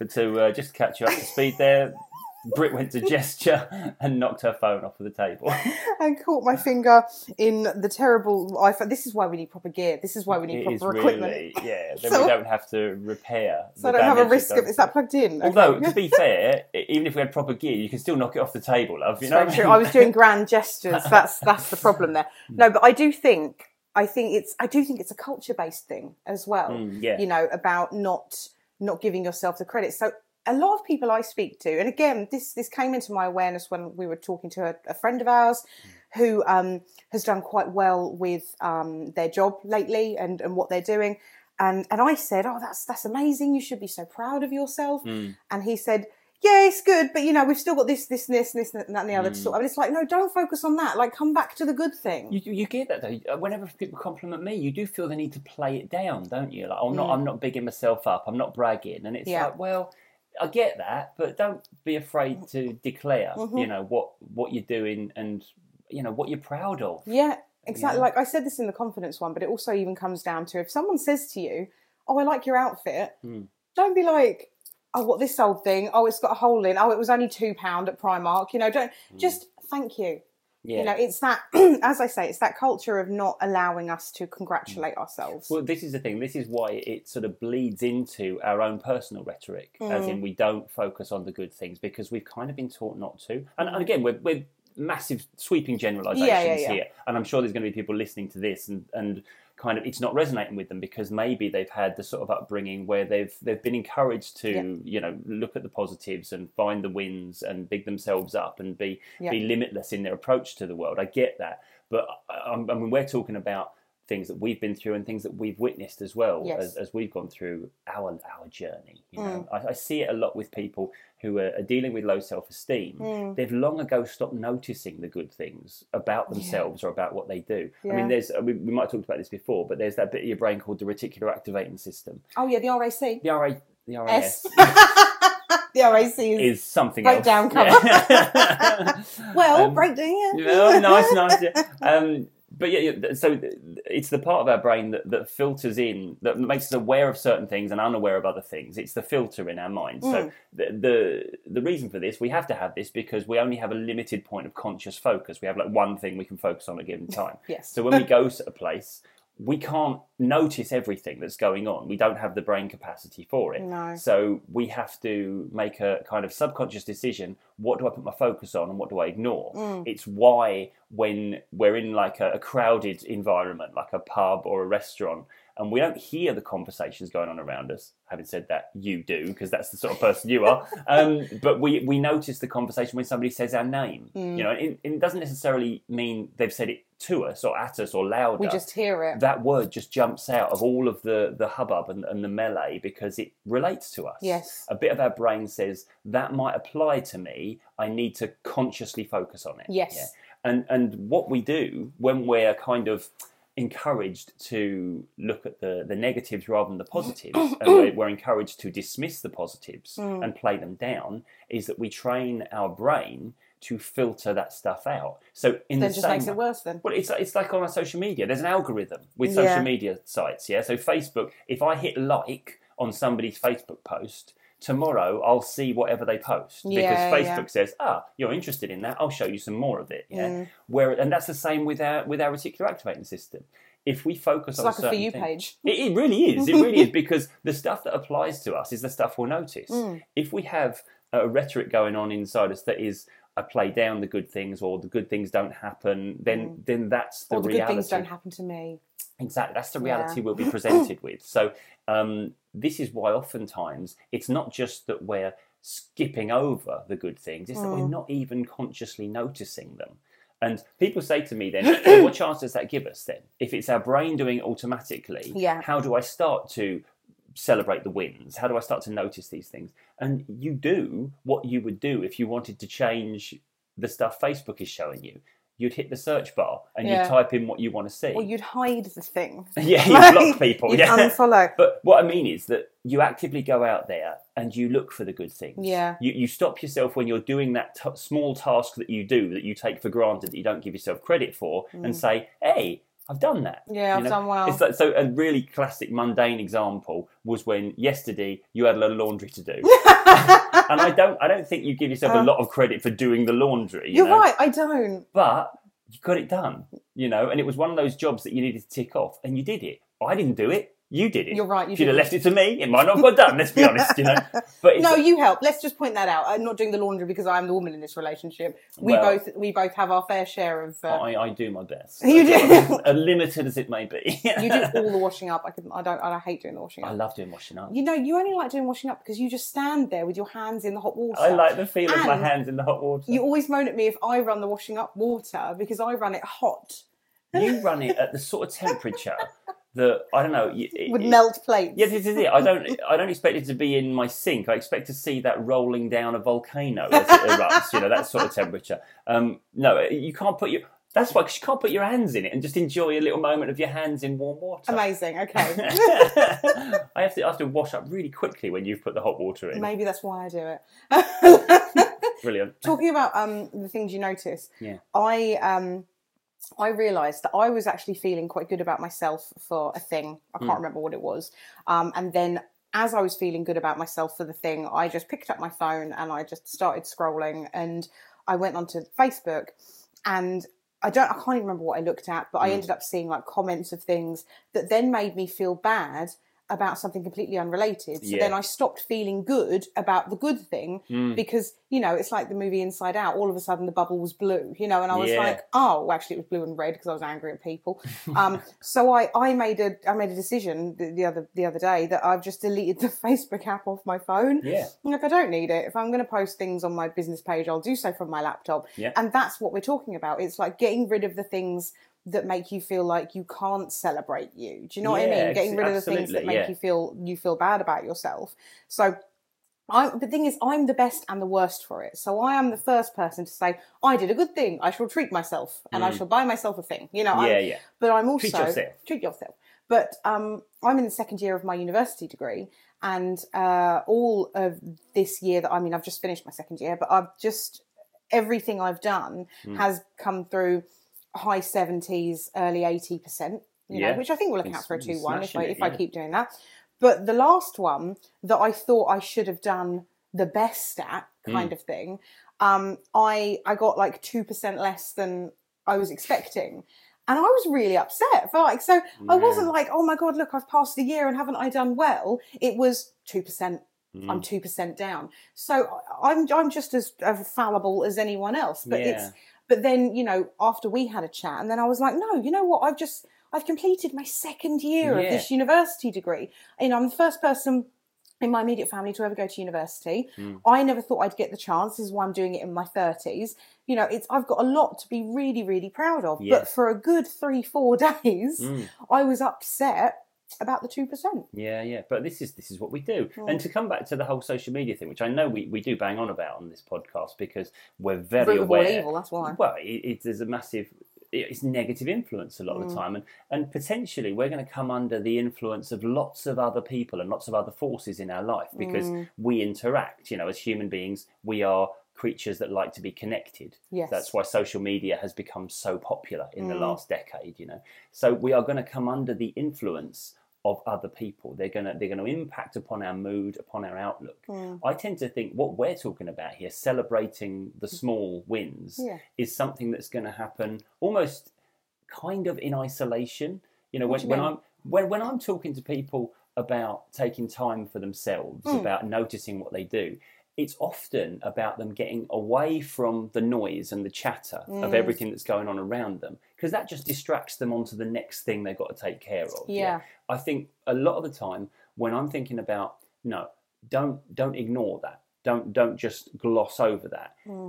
But to uh, just catch you up to speed there, Brit went to gesture and knocked her phone off of the table.
and caught my finger in the terrible. I thought this is why we need proper gear. This is why we need
It is
proper equipment.
really, yeah. Then
So-
we don't have to repair.
so I
the
don't have a
damage
risk
done
of. Is that plugged in?
Although,
Okay.
to be fair, e- even if we had proper gear, you can still knock it off the table, love. You know
Very
what I
true.
mean?
I was doing grand gestures. That's that's the problem there. No, but I do think I think it's I do think it's a culture based thing as well.
Mm, yeah.
You know about not not giving yourself the credit. So a lot of people I speak to, and again, this this came into my awareness when we were talking to a, a friend of ours who um, has done quite well with um, their job lately and, and what they're doing. And and I said, oh, that's that's amazing. You should be so proud of yourself.
Mm.
And he said, yeah, it's good, but you know, we've still got this, this, and this, and this, and that, and the other to sort. And it's like, no, don't focus on that. Like, come back to the good thing.
You, you get that though. Uh, Whenever people compliment me, you do feel the need to play it down, don't you? Like, I'm not, I'm not bigging myself up. I'm not bragging, and it's
Mm. Yeah.
like, well, I get that, but don't be afraid
Mm.
to declare,
Mm-hmm.
you know, what what you're doing and you know what you're proud of.
Yeah, exactly. Like I said this in the confidence one, but it also even comes down to if someone says to you, "Oh, I like your outfit,"
Hmm.
don't be like, "Oh, what this old thing? Oh, it's got a hole in. Oh, it was only two pound at Primark." You know, don't just thank you.
Hmm. Yeah.
You know, it's that as I say, it's that culture of not allowing us to congratulate ourselves.
Hmm. Well, this is the thing. This is why it sort of bleeds into our own personal rhetoric, as
Mm.
in we don't focus on the good things because we've kind of been taught not to. And, and again, we're, we're massive sweeping generalizations
yeah.
here. And I'm sure there's going to be people listening to this and, and kind of it's not resonating with them because maybe they've had the sort of upbringing where they've they've been encouraged to
Yeah.
you know look at the positives and find the wins and big themselves up and be
Yeah.
be limitless in their approach to the world. I get that, but uh, um, I, I mean we're talking about things that we've been through and things that we've witnessed as well
Yes.
as, as we've gone through our our journey. You know,
Mm.
I, I see it a lot with people who are, are dealing with low self esteem.
Mm.
They've long ago stopped noticing the good things about themselves or about what they do. I
Yeah.
mean, there's we, we might have talked about this before, but there's that bit of your brain called the reticular activating system.
oh yeah, the RAC.
The RA, the RAS
S. the RAC is
is something
Break
else.
down cover.
Yeah.
Well,
Um,
break down.
Yeah, nice, nice. Yeah. Um, but yeah, yeah, th- so th- it's the part of our brain that, that filters in, that makes us aware of certain things and unaware of other things. It's the filter in our mind. So the, the the reason for this, we have to have this because we only have a limited point of conscious focus. We have like one thing we can focus on at a given time.
Yes.
So when we go to a place, we can't notice everything that's going on. We don't have the brain capacity for it.
No.
So we have to make a kind of subconscious decision what do I put my focus on and what do I ignore?
Mm.
It's why when we're in like a, a crowded environment, like a pub or a restaurant, and we don't hear the conversations going on around us. Having said that, you do, because that's the sort of person you are. Um, but we, we notice the conversation when somebody says our name.
Mm.
You know, and it, it doesn't necessarily mean they've said it to us or at us or louder
we just hear it.
that word just jumps out of all of the, the hubbub and, and the melee because it relates to us.
Yes.
A bit of our brain says, that might apply to me. I need to consciously focus on it.
Yes.
And, and what we do when we're kind of encouraged to look at the, the negatives rather than the positives, and we're, we're encouraged to dismiss the positives
Hmm.
and play them down, is that we train our brain to filter that stuff out. So in
Then
the
just
same
makes it worse. Then
well, it's it's like on our social media. There's an algorithm with social
Yeah.
media sites. Yeah, so Facebook. If I hit like on somebody's Facebook post, tomorrow I'll see whatever they post
Yeah,
because
yeah. Mm.
Facebook says, ah, you're interested in that. I'll show you some more of it. Yeah. Where and that's the same with our with our reticular activating system. If we focus
It's
on
like a for
certain
you
things-
page.
it, it really is. It really is because the stuff that applies to us is the stuff we'll
Mm.
notice. If we have a rhetoric going on inside us that is, I play down the good things or the good things don't happen, then then that's the
All Mm. the good
reality.
things don't happen to me.
Exactly. That's the reality we'll be presented with. So um, this is why oftentimes it's not just that we're skipping over the good things; it's that
Mm.
we're not even consciously noticing them. And people say to me, then, well, what chance does that give us then? If it's our brain doing it automatically,
Yeah.
how do I start to celebrate the wins? How do I start to notice these things? And you do what you would do if you wanted to change the stuff Facebook is showing you. You'd hit the search bar and
Yeah.
you'd type in what you want to see.
Or you'd hide the thing.
Yeah, you block people.
You'd
yeah.
unfollow.
but what I mean is that you actively go out there and you look for the good things.
Yeah.
You, you stop yourself when you're doing that t- small task that you do that you take for granted that you don't give yourself credit for and say, hey, I've done that.
Mm. Yeah, I've done well.
It's like, so a really classic mundane example was when yesterday you had a lot of laundry to do. and I don't I don't think you give
Uh-huh.
yourself a lot of credit for doing the laundry. you
You're
know?
right, I don't.
but you got it done, you know, and it was one of those jobs that you needed to tick off, and you did it. I didn't do it. You did it.
You're right, you
if you'd have
did.
left it to me, it might not have got done. Let's be honest, you know. But it's,
No, you help. Let's just point that out. I'm not doing the laundry because I'm the woman in this relationship. We
Well-
both we both have our fair share of. Uh,
I, I do my best.
You do.
as limited as it may be.
you do all the washing up. I could. I don't. I hate doing the washing
I
up.
love doing washing up.
You know, you only like doing washing up because you just stand there with your hands in the hot water.
I like the feel of my
And
hands in the hot water.
You
You,
always moan at me if I run the washing up water because I run it hot
run it at the sort of temperature that I don't know. y- it-
with
it-
melt plates.
Yeah, this is it. I don't. I don't expect it to be in my sink. I expect to see that rolling down a volcano as it erupts. You know that sort of temperature. Um, no, you can't put your. That's why 'cause you can't put your hands in it and just enjoy a little moment of your hands in warm water.
Amazing. Okay.
I have to. I have to wash up really quickly when you've put the hot water in.
Maybe that's why I do it.
Brilliant.
Talking about um, the things you notice,
Yeah.
I um, I realised that I was actually feeling quite good about myself for a thing. I
Hmm.
can't remember what it was. Um, and then as I was feeling good about myself for the thing, I just picked up my phone and I just started scrolling and I went onto Facebook and I don't I can't even remember what I looked at, but
Hmm.
I ended up seeing like comments of things that then made me feel bad about something completely unrelated. So
Yeah.
then I stopped feeling good about the good thing
Hmm. Mm.
because, you know, it's like the movie Inside Out, all of a sudden the bubble was blue, you know, and I was
Yeah.
like, oh, well, actually it was blue and red because I was angry at people. Um, so I, I made a I made a decision the, the other the other day that I've just deleted the Facebook app off my phone.
Yeah.
Like I don't need it. If I'm going to post things on my business page, I'll do so from my laptop.
Yeah.
And that's what we're talking about. It's like getting rid of the things that make you feel like you can't celebrate you. Do you know what I
Yeah,
mean? Getting rid of the things that
absolutely,
make
yeah.
you feel you feel bad about yourself. So I, the thing is, I'm the best and the worst for it. So I am the first person to say, I did a good thing. I shall treat myself and I shall buy myself a thing. You know, I'm-
Mm. Yeah, yeah.
but I'm also
yourself.
treat yourself. But um, I'm in the second year of my university degree, and uh, all of this year that I mean, I've just finished my second year, but I've just everything I've done
Mm.
has come through high seventies, early eighty percent. You know,
Yeah.
which I think will
Been
account for a
s-
two one if I
smashing it,
if I
yeah.
keep doing that. But the last one that I thought I should have done the best at
Hmm.
kind of thing, um, I I got like two percent less than I was expecting. And I was really upset. For like, so I wasn't like, oh my god, look, I've passed the year and haven't I done well? It was two percent.
Hmm.
I'm two percent down. So I'm I'm just as as fallible as anyone else. But it's
Yeah.
but then you know after we had a chat, and then I was like, no, you know what? I've just I've completed my second year of
Yeah.
this university degree. You know, I'm the first person in my immediate family to ever go to university.
Hmm.
I never thought I'd get the chance. This is why I'm doing it in my 30s. You know, it's I've got a lot to be really, really proud of. But
Yes. Hmm.
for a good three, four days, I was upset about the two percent.
Yeah, yeah, but this is this is what we do.
Hmm.
And to come back to the whole social media thing, which I know we, we do bang on about on this podcast because we're very
Root of all
aware.
evil, that's why.
Well, it, it, there's a massive, it's negative influence a lot
Mm.
of the time, and and potentially we're going to come under the influence of lots of other people and lots of other forces in our life because
Mm.
we interact. You know, as human beings, we are creatures that like to be connected.
Yes. Mm.
That's why social media has become so popular in the last decade, you know. So we are going to come under the influence of other people. They're gonna they're gonna impact upon our mood, upon our outlook.
Mm. Hmm.
I tend to think what we're talking about here, celebrating the small wins,
Mm. Yeah.
is something that's going to happen almost kind of in isolation. You know, when,
do you
when
mean?
I'm when, when I'm talking to people about taking time for themselves,
Hmm.
about noticing what they do. It's often about them getting away from the noise and the chatter
Mm.
of everything that's going on around them because that just distracts them onto the next thing they've got to take care of.
Yeah.
I think a lot of the time when I'm thinking about no, don't don't ignore that. Don't don't just gloss over that.
Hmm.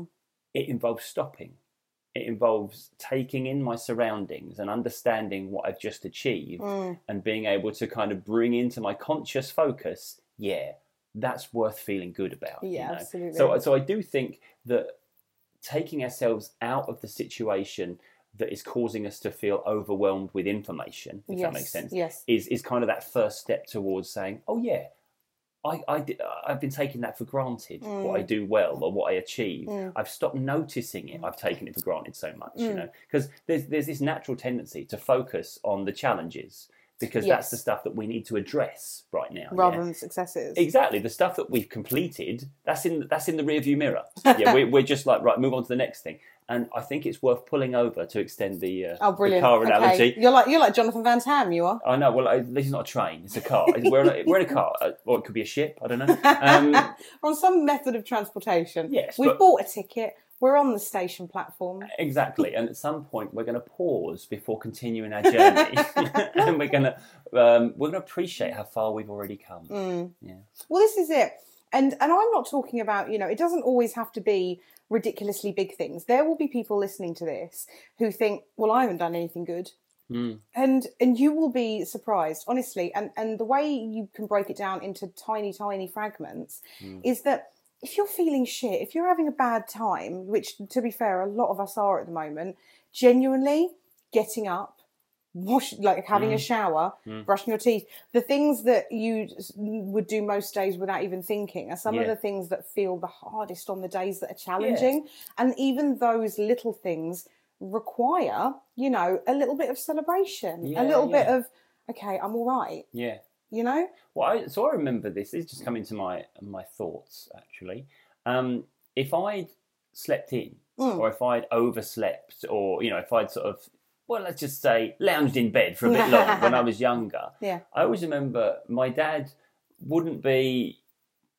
It involves stopping. It involves taking in my surroundings and understanding what I've just
Mm.
achieved
Hmm.
and being able to kind of bring into my conscious focus, yeah, that's worth feeling good about. you
Yeah,
know?
absolutely.
So so I do think that taking ourselves out of the situation that is causing us to feel overwhelmed with information, if that
Yes,
makes sense,
yes.
is is kind of that first step towards saying, oh yeah, I, I di- I've been taking that for granted, what
Mm.
I do well or what I achieve. I've stopped noticing it. I've taken it for granted so much,
Mm.
you know, because there's there's this natural tendency to focus on the challenges because that's
Yes.
the stuff that we need to address right now.
rather
yeah?
than successes.
Exactly, the stuff that we've completed that's in that's in the rearview mirror. Yeah, we're, we're just like right, move on to the next thing. And I think it's worth pulling over to extend the, uh,
Oh,
the
brilliant!
car analogy.
Okay. You're like you're like Jonathan Van Tam. You are.
I know. Well, I, this is not a train; it's a car. we're, in a, we're in a car, uh, or it could be a ship. I don't know. Um,
on some method of transportation.
Yes,
We've
but-
bought a ticket. We're on the station platform.
exactly. And at some point, we're going to pause before continuing our journey, and we're going to um, we're going to appreciate how far we've already come. Yeah.
Well, this is it. And and I'm not talking about, you know, it doesn't always have to be ridiculously big things. There will be people listening to this who think, well, I haven't done anything good. And and you will be surprised, honestly. And and the way you can break it down into tiny, tiny fragments is that if you're feeling shit, if you're having a bad time, which to be fair, a lot of us are at the moment, genuinely getting up, wash like having a shower, brushing your teeth, the things that you s- would do most days without even thinking are some of
Yeah.
the things that feel the hardest on the days that are challenging. And even those little things require, you know, a little bit of celebration,
Yeah,
a little bit
yeah.
of okay, I'm all right,
Yeah.
you know?
Well, I, so I remember this. It's just come into my my thoughts actually. Um, if I'd slept in, or if I'd overslept, or you know, if I'd sort of well, let's just say lounged in bed for a bit long when I was younger.
Yeah.
I always remember my dad wouldn't be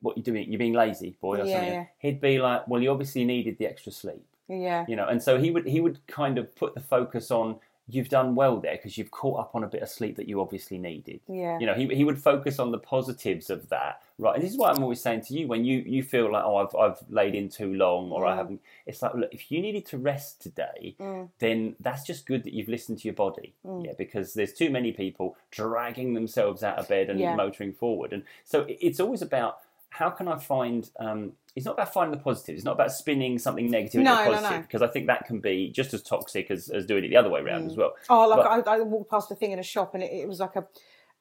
what you're doing. You're being lazy, boy, or
Yeah,
something.
yeah.
He'd be like, well, you obviously needed the extra sleep
Yeah.
you know and so he would he would kind of put the focus on you've done well there because you've caught up on a bit of sleep that you obviously needed
Yeah.
you know he, he would focus on the positives of that right and this is what i'm always saying to you when you you feel like oh i've, I've laid in too long or
Mm.
i haven't it's like look if you needed to rest today then that's just good that you've listened to your body
Mm.
yeah because there's too many people dragging themselves out of bed and
Yeah.
motoring forward and so it- it's always about how can i find um, it's not about finding the positive it's not about spinning something negative into
No,
a
no,
positive
no.
because I think that can be just as toxic as, as doing it the other way around as well.
Oh, like
But-
I, I walked past a thing in a shop and it, it was like a,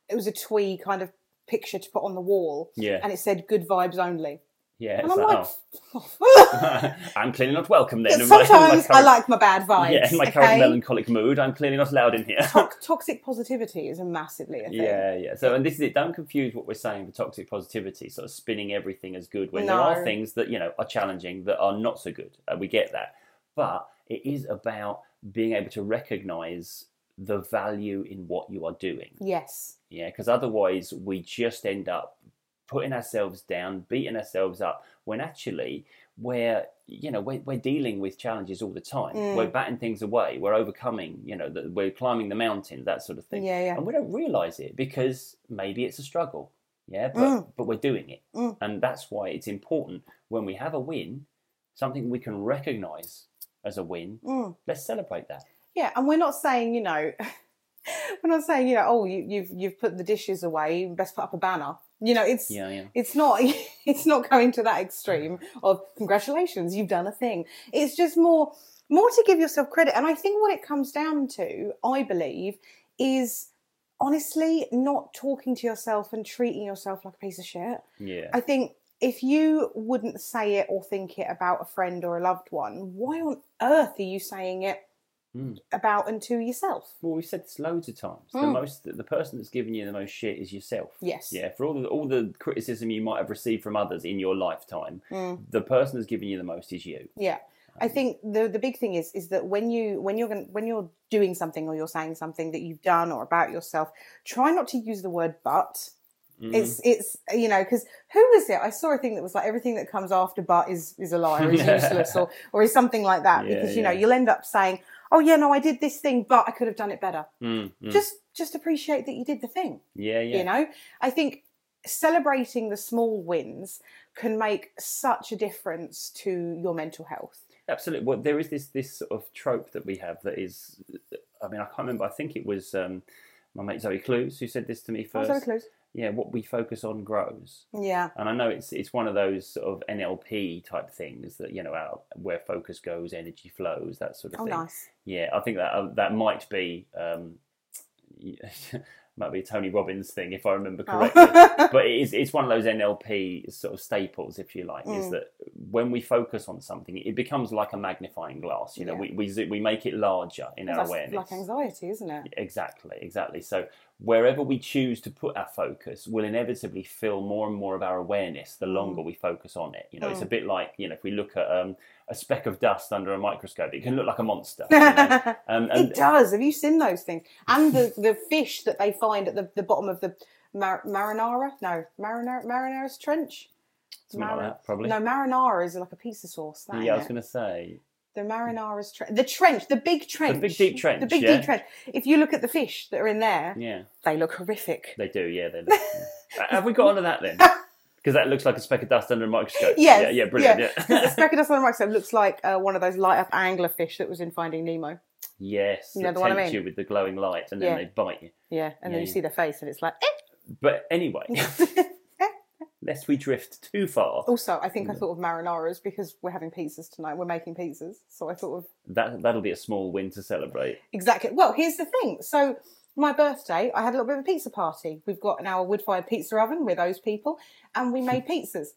it was a twee kind of picture to put on the wall.
Yeah.
And it said good vibes only.
Yeah,
And
it's
I'm
like,
like,
oh, I'm clearly not welcome then. in my- in my
sometimes I
current-
like my bad vibes.
yeah, in my current
okay?
melancholic mood, I'm clearly not allowed in here.
To- toxic positivity is a massively a thing.
yeah, yeah. So, and this is it. Don't confuse what we're saying with toxic positivity, sort of spinning everything as good when there are
No.
things that you know are challenging that are not so good. Uh, we get that, but it is about being able to recognise the value in what you are doing.
Yes.
Yeah, because otherwise we just end up putting ourselves down, beating ourselves up, when actually we're you know we're, we're dealing with challenges all the time. We're batting things away. We're overcoming. You know, the, we're climbing the mountain, that sort of thing.
Yeah, yeah.
And we don't realise it because maybe it's a struggle. Yeah, but
Mm.
but we're doing it, and that's why it's important when we have a win, something we can recognise as a win.
Mm.
Let's celebrate that.
Yeah, and we're not saying, you know, we're not saying, you know, oh, you, you've you've put the dishes away. Best put up a banner. You know, it's
Yeah, yeah.
it's not it's not going to that extreme of congratulations, you've done a thing. It's just more more to give yourself credit. And I think what it comes down to, I believe, is honestly not talking to yourself and treating yourself like a piece of shit.
Yeah.
I think if you wouldn't say it or think it about a friend or a loved one, why on earth are you saying it
Hmm.
about and to yourself.
Well, we've said this loads of times. The most, the person that's giving you the most shit is yourself.
Mm. Yes.
Yeah. For all the all the criticism you might have received from others in your lifetime, the person that's giving you the most is you.
Hmm. Yeah.
Um,
I think the the big thing is is that when you when you're going when you're doing something or you're saying something that you've done or about yourself, try not to use the word but.
Mm, Hmm.
It's it's you know because who was it? I saw a thing that was like everything that comes after but is is a lie or is useless or or is something like that
Yeah,
because you know
yeah.
you'll end up saying oh yeah no I did this thing but I could have done it better. Just just appreciate that you did the thing
mm, Yeah. Hmm. Yeah.
you know i think celebrating the small wins can make such a difference to your mental health
Absolutely. Well, there is this this sort of trope that we have that is, I mean, I can't remember. I think it was um, my mate Zoe Clues who said this to me
Oh,
first.
sorry, Close.
Yeah, what we focus on grows.
yeah
And I know it's it's one of those sort of NLP type things that you know our, where focus goes, energy flows, that sort of
oh
thing.
nice
Yeah, I think that uh, that might be um, might be a Tony Robbins thing if I remember correctly.
oh.
but it is it's one of those NLP sort of staples, if you like,
Mm.
is that when we focus on something, it becomes like a magnifying glass. You know,
Yeah.
we we zo- we make it larger in our
That's
awareness.
like anxiety isn't it
Exactly, exactly. So wherever we choose to put our focus, we'll inevitably feel more and more of our awareness the
Mm.
longer we focus on it. You know, it's a bit like you know if we look at um, a speck of dust under a microscope, it can look like a monster. you know? um,
it
and
does have you seen those things and the the fish that they find at the, the bottom of the Mar- marinara no marinara marinara's trench
Something like that, probably.
no marinara is like a piece of sauce that,
yeah, I
ain't
was
it?
going to say
The Marinara's trench, the trench, the big trench,
big deep trench,
the big
yeah.
deep trench. If you look at the fish that are in there,
yeah.
they look horrific.
They do, yeah. They do. yeah. Have we got onto that then? Because that looks like a speck of dust under a microscope.
Yes,
Yeah, yeah, brilliant. Yeah.
'Cause the speck of dust on the microscope looks like uh, one of those light up angler fish that was in Finding Nemo.
yes,
You know
they
the one I
tempt
mean?
you with the glowing light and then
Yeah.
they bite you.
Yeah, and
Yeah,
then you
yeah.
see their face, and it's like. Eh.
But anyway, lest we drift too far,
Also, I
Mm.
think I thought of marinaras because we're having pizzas tonight. We're making pizzas, so I thought of
that, that'll be a small win to celebrate.
Exactly. Well, here's the thing. So my birthday, I had a little bit of a pizza party. We've got now a wood-fired pizza oven with those people, and we made pizzas.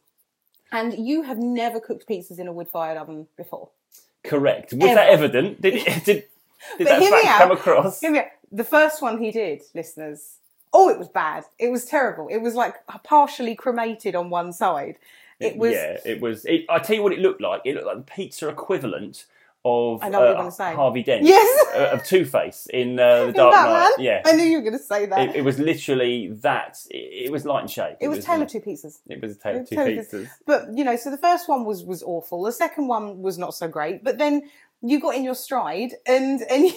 And you have never cooked pizzas in a wood-fired oven before.
Correct. Was that evident? Did, it- did, did that
hear me
fact
out.
come across?
Here we are. The first one he did, listeners. Oh, it was bad. It was terrible. It was like partially cremated on one side. It was
yeah, it was. It, I tell you what, it looked like. It looked like the pizza equivalent of
know what
uh,
you're gonna say.
Harvey Dent.
Yes.
uh, of Two Face in uh, the
In
Dark
Batman.
Knight. Yeah,
I knew you were going to say that.
it, it was literally that. It, it was light and shade.
it was Taylor Two Pizzas.
It was a tale of two
Totally different.
pizzas.
But you know, so the first one was was awful. The second one was not so great. But then you got in your stride, and and you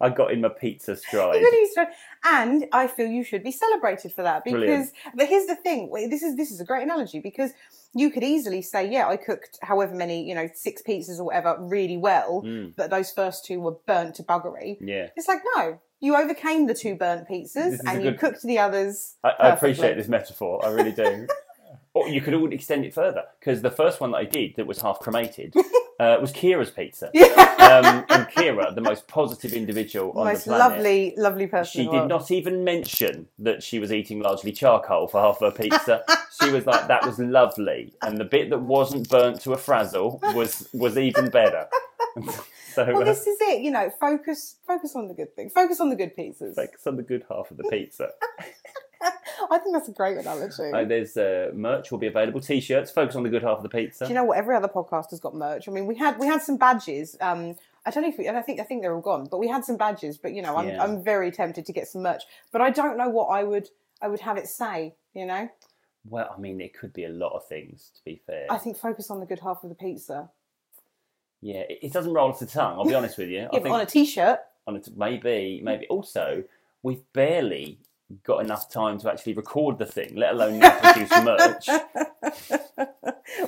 I got in my pizza stride.
got in your stride, and I feel you should be celebrated for that because.
Brilliant.
But here's the thing: wait, this is this is a great analogy because you could easily say, yeah, I cooked however many you know six pizzas or whatever really well,
Hmm.
but those first two were burnt to buggery.
Yeah.
It's like no. You overcame the two burnt
This
pizzas
is a
and you
good-
cooked the others.
I, I appreciate
perfectly.
this metaphor. I really do. or you could all extend it further because the first one that I did that was half cremated uh, was Kira's pizza. um, and Kira, the most positive individual on
Most
the planet.
lovely, lovely person.
She
in the world.
did not even mention that she was eating largely charcoal for half her pizza. she was like, "That was lovely," and the bit that wasn't burnt to a frazzle was was even better. so
Well,
uh,
this is it. You know, focus focus on the good thing. Focus on the good pizzas.
focus on the good half of the pizza.
I think that's a great analogy.
Uh, there's uh, merch will be available. T-shirts. Focus on the good half of the pizza.
Do you know what? Every other podcast has got merch. I mean, we had we had some badges. Um, I don't know if we, and I think I think they're all gone, but we had some badges. But you know, I'm
Yeah.
I'm very tempted to get some merch, but I don't know what I would I would have it say. You know,
well, I mean, it could be a lot of things. To be fair,
I think focus on the good half of the pizza.
yeah, it, it doesn't roll off the tongue. I'll be honest with you. I
Yeah, but
think
on a t-shirt.
on a t- maybe, maybe also we've barely got enough time to actually record the thing, let alone now produce merch.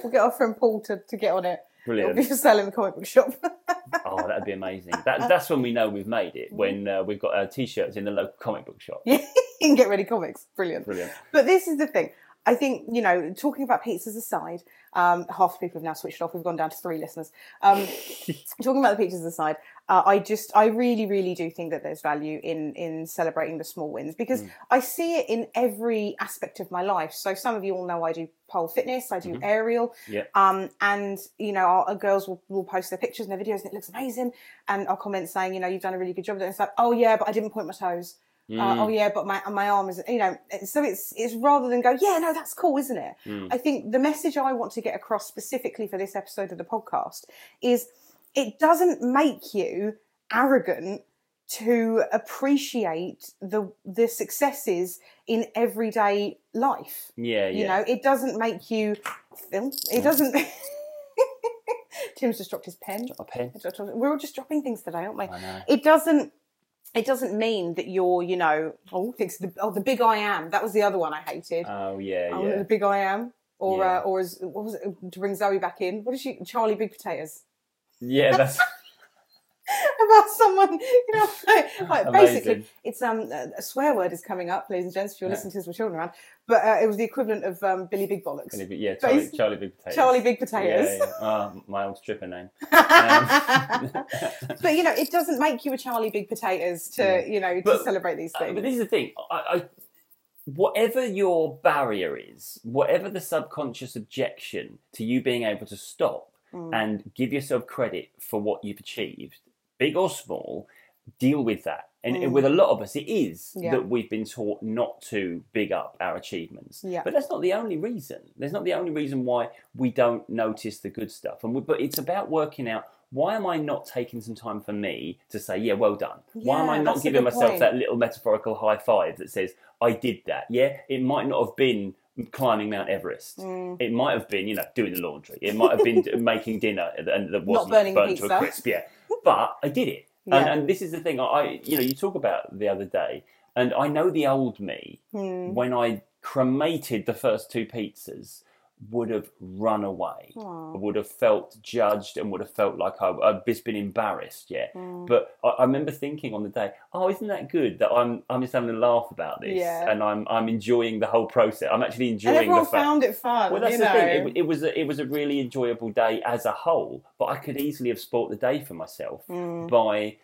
We'll get our friend Paul to, to get on it. It'll
Brilliant.
be for sale in the comic book shop.
Oh, that'd be amazing.
Uh,
That, that's when we know we've made it, when uh, we've got our t shirts in the local comic book shop.
you can get ready comics. Brilliant.
Brilliant.
But this is the thing. I think, you know, talking about pizzas aside, um, half the people have now switched off. We've gone down to three listeners. Um, talking about the pizzas aside, uh, I just I really really do think that there's value in in celebrating the small wins because I see it in every aspect of my life. So some of you all know I do pole fitness, I do aerial,
Yep.
um, and you know our, our girls will, will post their pictures and their videos and it looks amazing, and I'll comment saying you know you've done a really good job. And it's like oh yeah, but I didn't point my toes. Uh, oh
Mm.
yeah, but my my arm is you know so it's it's rather than go yeah no that's cool isn't it?
Mm-hmm.
I think the message I want to get across specifically for this episode of the podcast is it doesn't make you arrogant to appreciate the the successes in everyday life.
Yeah, yeah.
You know, it doesn't make you film. It doesn't. Tim's just dropped his pen.
a pen.
We're all just dropping things today, aren't we?
I know.
It doesn't. It doesn't mean that you're, you know, oh, thinks the, oh, the big I am. That was the other one I hated.
Oh yeah,
Oh,
yeah.
the big I am, or
Yeah.
uh, or as what was it to bring Zoe back in? What is she? Charlie Big Potatoes
Yeah, that's
about someone, you know, like, like,
Amazing.
basically it's um a a swear word is coming up, ladies and gents. If you're
Yeah.
listening to this with children around, but uh, it was the equivalent of um, Billy Big Bollocks,
Billy Big- yeah, Charlie,
Basi-
Charlie Big Potatoes.
Charlie Big
Yeah,
Potatoes.
yeah. Oh, my old stripper name.
but you know, it doesn't make you a Charlie Big Potatoes to
Um. Yeah.
you know to
But-
celebrate these
Uh,
things.
But this is the thing. I, I, whatever your barrier is, whatever the subconscious objection to you being able to stop
Mm.
and give yourself credit for what you've achieved, big or small, deal with that. And
Mm.
with a lot of us, it is
Yeah.
that we've been taught not to big up our achievements.
Yeah.
But that's not the only reason. There's not the only reason why we don't notice the good stuff. And we, but it's about working out why am I not taking some time for me to say, yeah, well done. why am I
Yeah,
not
that's a
giving
good
myself
point.
that little metaphorical high five that says, I did that. Yeah, it might not have been climbing Mount Everest.
Mm.
It might have been, you know, doing the laundry. It might have been d- making dinner and that wasn't
burning a
burnt to a
pizza.
crisp. Yeah, but I did it. And,
Yeah.
and this is the thing. I, I, you know, you talk about the other day, and I know the old me
Hmm.
when I cremated the first two pizzas would have run away.
Aw.
Would have felt judged and would have felt like I, I've just been embarrassed. Yeah,
Mm.
but I, I remember thinking on the day, oh, isn't that good that I'm I'm just having a laugh about this
Yeah.
and I'm I'm enjoying the whole process. I'm actually
And
enjoying
everyone
the fact.
found it fun.
Well, that's
you
the
know.
thing. It, it was a, it was a really enjoyable day as a whole, but I could easily have spoilt the day for myself
Mm.
by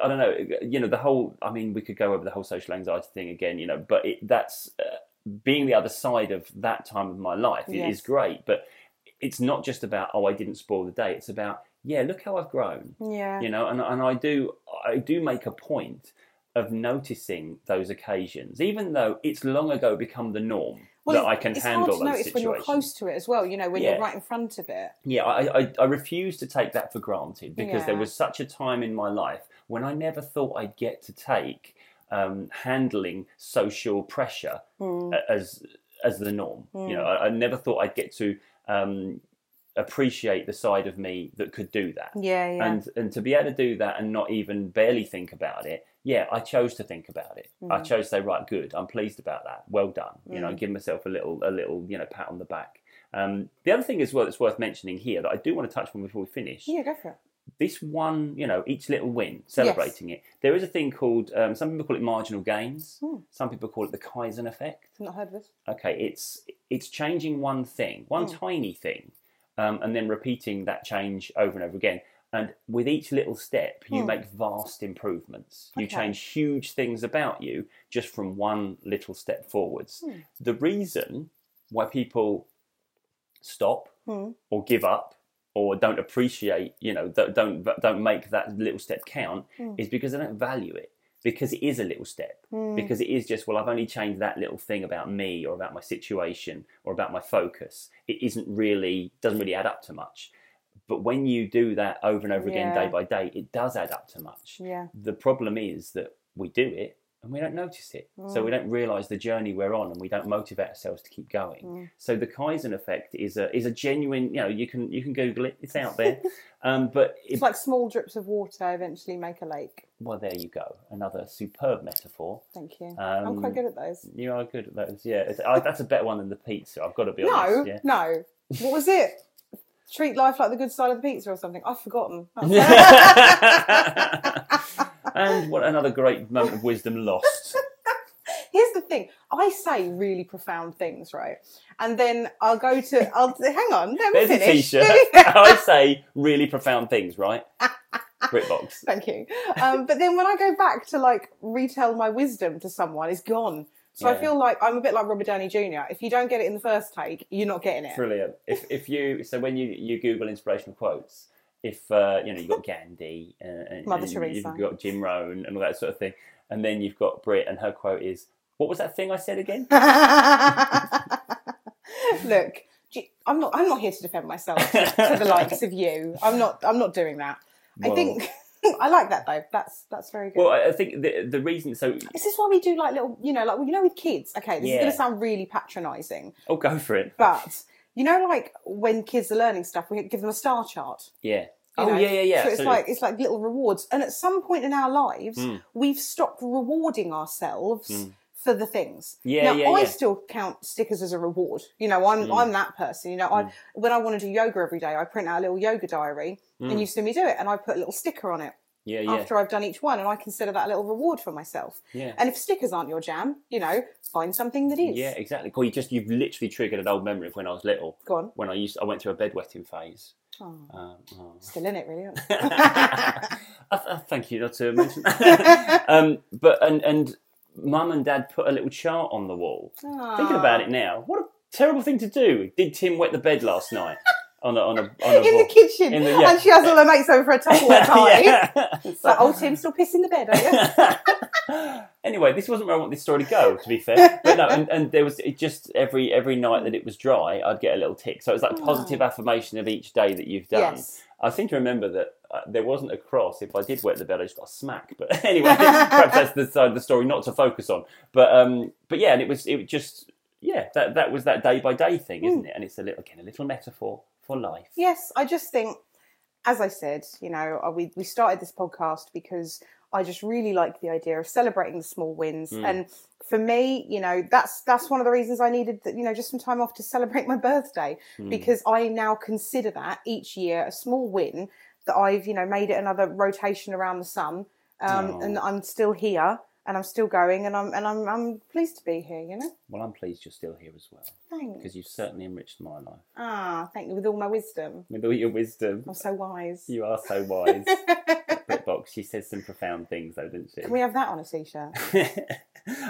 I don't know. You know the whole. I mean, we could go over the whole social anxiety thing again. You know, but it, that's uh, being the other side of that time of my life. It is
Yes.
great, but it's not just about oh, I didn't spoil the day. It's about yeah, look how I've grown
Yeah.
you know and, and i do i do make a point of noticing those occasions even though it's long ago become the norm that i
it's-
can
it's
handle
hard to
those
notice when you're
situations
close to it as well. You know, when
Yeah.
you're right in front of it.
yeah I, I i refuse to take that for granted because there
Yeah.
was such a time in my life when i never thought i'd get to take um, handling social pressure
Mm.
a- as as the norm you know I, I never thought i'd get to um, appreciate the side of me that could do that
Yeah, yeah.
and and to be able to do that and not even barely think about it yeah i chose to think about it i
Mm.
chose to say right good i'm pleased about that well done you know give myself a little a little you know pat on the back um, the other thing as well that's worth mentioning here that i do want to touch on before we finish
yeah, go for it.
this one you know each little win celebrating it there is a thing called um, some people call it marginal gains
Hmm.
some people call it the kaizen effect
I've not heard of this.
okay it's it's changing one thing one tiny thing um, and then repeating that change over and over again and with each little step you make vast improvements you
Okay.
change huge things about you just from one little step forwards the reason why people stop
Hmm.
or give up or don't appreciate you know don't don't, don't make that little step count is because they don't value it because it is a little step
hmm. Mm.
because it is just well i've only changed that little thing about me or about my situation or about my focus it isn't really doesn't really add up to much but when you do that over and over again
Yeah. Mm.
day by day it does add up to much
Yeah.
the problem is that we do it and we don't notice it. So
Mm.
we don't realize the journey we're on and we don't motivate ourselves to keep going.
Mm.
So the Kaizen effect is a is a genuine, you know, you can you can google it, it's out there. um, but it,
It's like small drips of water eventually make a lake.
well there you go. Another superb metaphor.
Thank you.
Um,
I'm quite good at those.
You are good at those. Yeah. It's, I, that's a better one than the pizza. I've got to be
No,
honest. Yeah.
no. What was it? Treat life like the good side of the pizza or something. I've forgotten.
and what another great moment of wisdom lost.
Here's the thing. I say really profound things, right? And then I'll go to. I'll hang on. Let me
There's a
finish.
t-shirt. I say really profound things, right? BritBox.
Thank you. Um, but then when I go back to like retell my wisdom to someone, it's gone. So I
Yeah.
feel like I'm a bit like Robert Downey Jr. If you don't get it in the first take, you're not getting it.
Brilliant. If if you so when you you Google inspirational quotes, if uh, you know you've got Gandhi uh, and,
Mother
and
Teresa.
you've got Jim Rohn and all that sort of thing, and then you've got Brit and her quote is, "What was that thing I said again?"
Look, do you- I'm not. I'm not here to defend myself to the likes of you. I'm not. I'm not doing that. I
Well-
think I like that though. That's that's very good.
Well, I I think the the reason. So
this is why we do like little, you know, like you know, with kids. Okay, this is
Yeah.
going to sound really patronising,
I'll oh, go for it.
but you know, like when kids are learning stuff, we give them a star chart.
Yeah.
you
Oh
know?
yeah, yeah, yeah.
So it's
absolutely. Hmm.
like it's like little rewards, and at some point in our lives, we've stopped rewarding ourselves for the things.
Yeah,
now,
yeah,
I
yeah. Hmm.
still count stickers as a reward. You know, I'm I'm that person. You know, I when I want to do yoga every day, I print out a little yoga diary, and you see me do it, and I put a little sticker on it
Hmm. yeah, yeah.
after I've done each one, and I consider that a little reward for myself.
Yeah.
And if stickers aren't your jam, you know, find something that is.
Yeah, exactly. Cool. You just you've literally triggered an old memory of when I was little.
Go on.
When I used I went through a bedwetting phase.
Oh,
Um, oh.
still in it, really. aren't
I
I?
th- I thank you not to mention. um, but and and mum and dad put a little chart on the wall. Thinking about it now, what a terrible thing to do. Did Tim wet the bed last night on a on a on a
In the
wall?
kitchen,
In the- yeah.
and she has all her mates over for a Tupperware party.
Yeah.
It's like, oh, Tim's still pissing the bed, are you?
anyway, this wasn't where I want this story to go. To be fair, but no, and, and there was it just every every night that it was dry, I'd get a little tick. So it was like positive affirmation of each day that you've done.
Oh, Yes.
I seem to remember that uh, there wasn't a cross. If I did wet the bed, I just got a smack. But anyway, perhaps that's the side of the story not to focus on. But um, but yeah, and it was it was just yeah that that was that day by day thing,
Hmm.
isn't it? And it's a little again a little metaphor for life.
yes, I just think, as I said, you know, uh, we, we started this podcast because I just really like the idea of celebrating the small wins.
Hmm.
And for me, you know, that's that's one of the reasons I needed, that, you know, just some time off to celebrate my birthday
Hmm. Mm.
because I now consider that each year a small win that I've, you know, made it another rotation around the sun, um,
Oh.
and I'm still here. And I'm still going, and I'm and I'm, I'm pleased to be here. You know,
Well, I'm pleased you're still here as well
thanks.
because you've certainly enriched my life
Ah, thank you with all my wisdom.
with all your wisdom.
I'm so wise.
You are so wise. Britbox, she says some profound things though, didn't she?
Can we have that on a t-shirt?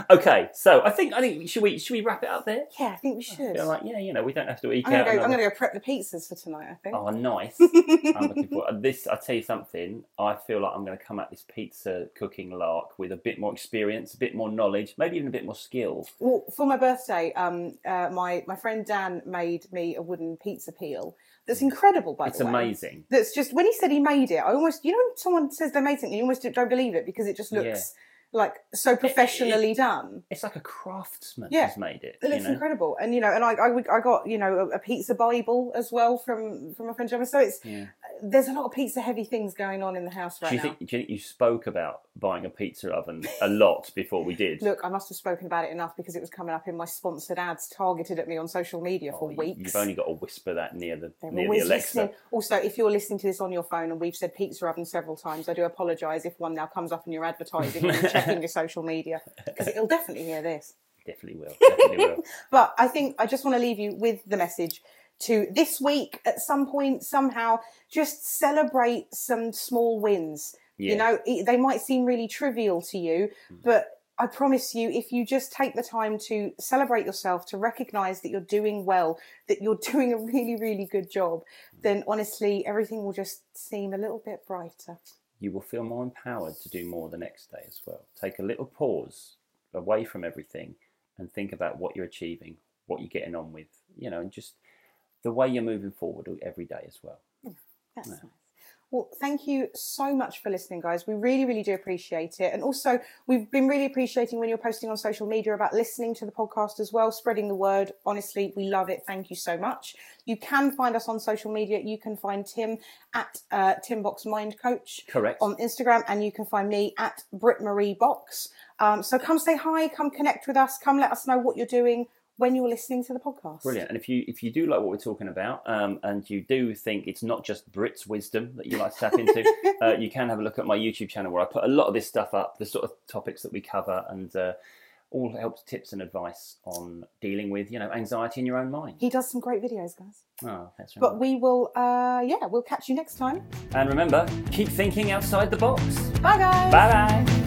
okay, so I think I think should we should we wrap it up there?
Yeah, I think we should.
Yeah, like yeah, you know, we don't have to eke
I'm,
out.
gonna go, I'm
another-
gonna go prep the pizzas for tonight. I think.
Oh, nice. I'm looking for uh, this. I tell you something. I feel like I'm going to come at this pizza cooking lark with a bit more experience, a bit more knowledge, maybe even a bit more skill.
Well, for my birthday, um, uh, my my friend Dan made me a wooden pizza peel. That's incredible, by
Mm. It's
the way.
amazing.
That's just when he said he made it. I almost, you know, when someone says they made something, you almost don't believe it because it just looks like so professionally done.
It's like a craftsman
Yeah.
has made it.
It looks
you know?
incredible, and you know, and I, I, would- I got you know a, a pizza bible as well from from my friend Gemma. So it's
Yeah.
there's a lot of pizza heavy things going on in the house right
Do you
now.
think? Do you think you spoke about buying a pizza oven a lot before we did?
Look, I must have spoken about it enough because it was coming up in my sponsored ads targeted at me on social media for
Oh, You-
weeks.
You've only got to whisper that near the
They're
near the
always
Alexa.
listening. Also, if you're listening to this on your phone and we've said pizza oven several times, I do apologise if one now comes up in your advertising when you're checking your social media because it'll definitely hear this.
Definitely will. Definitely will.
But I think I just want to leave you with the message to this week at some point, somehow, just celebrate some small wins. You
Yeah.
know, it- they might seem really trivial to you, but I promise you, if you just take the time to celebrate yourself, to recognize that you're doing well, that you're doing a really, really good job, then honestly, everything will just seem a little bit brighter.
You will feel more empowered to do more the next day as well. Take a little pause away from everything and think about what you're achieving, what you're getting on with, you know, and just the way you're moving forward every day as well.
That's nice. Well, thank you so much for listening, guys. We really, really do appreciate it. And also, we've been really appreciating when you're posting on social media about listening to the podcast as well, spreading the word. Honestly, we love it. Thank you so much. You can find us on social media. You can find Tim at uh, Timbox Mind Coach
Correct.
on Instagram, and you can find me at Brit Marie Box. Um, so come say hi, come connect with us, come let us know what you're doing when you're listening to the podcast.
Brilliant. And if you if you do like what we're talking about, um, and you do think it's not just Brit's wisdom that you like to tap into, uh, you can have a look at my YouTube channel where I put a lot of this stuff up, the sort of topics that we cover, and uh, all helps tips and advice on dealing with you know anxiety in your own mind.
He does some great videos, guys.
Oh, that's right.
But we will, uh, yeah, we'll catch you next time.
and remember, keep thinking outside the box.
Bye, guys.
Bye bye.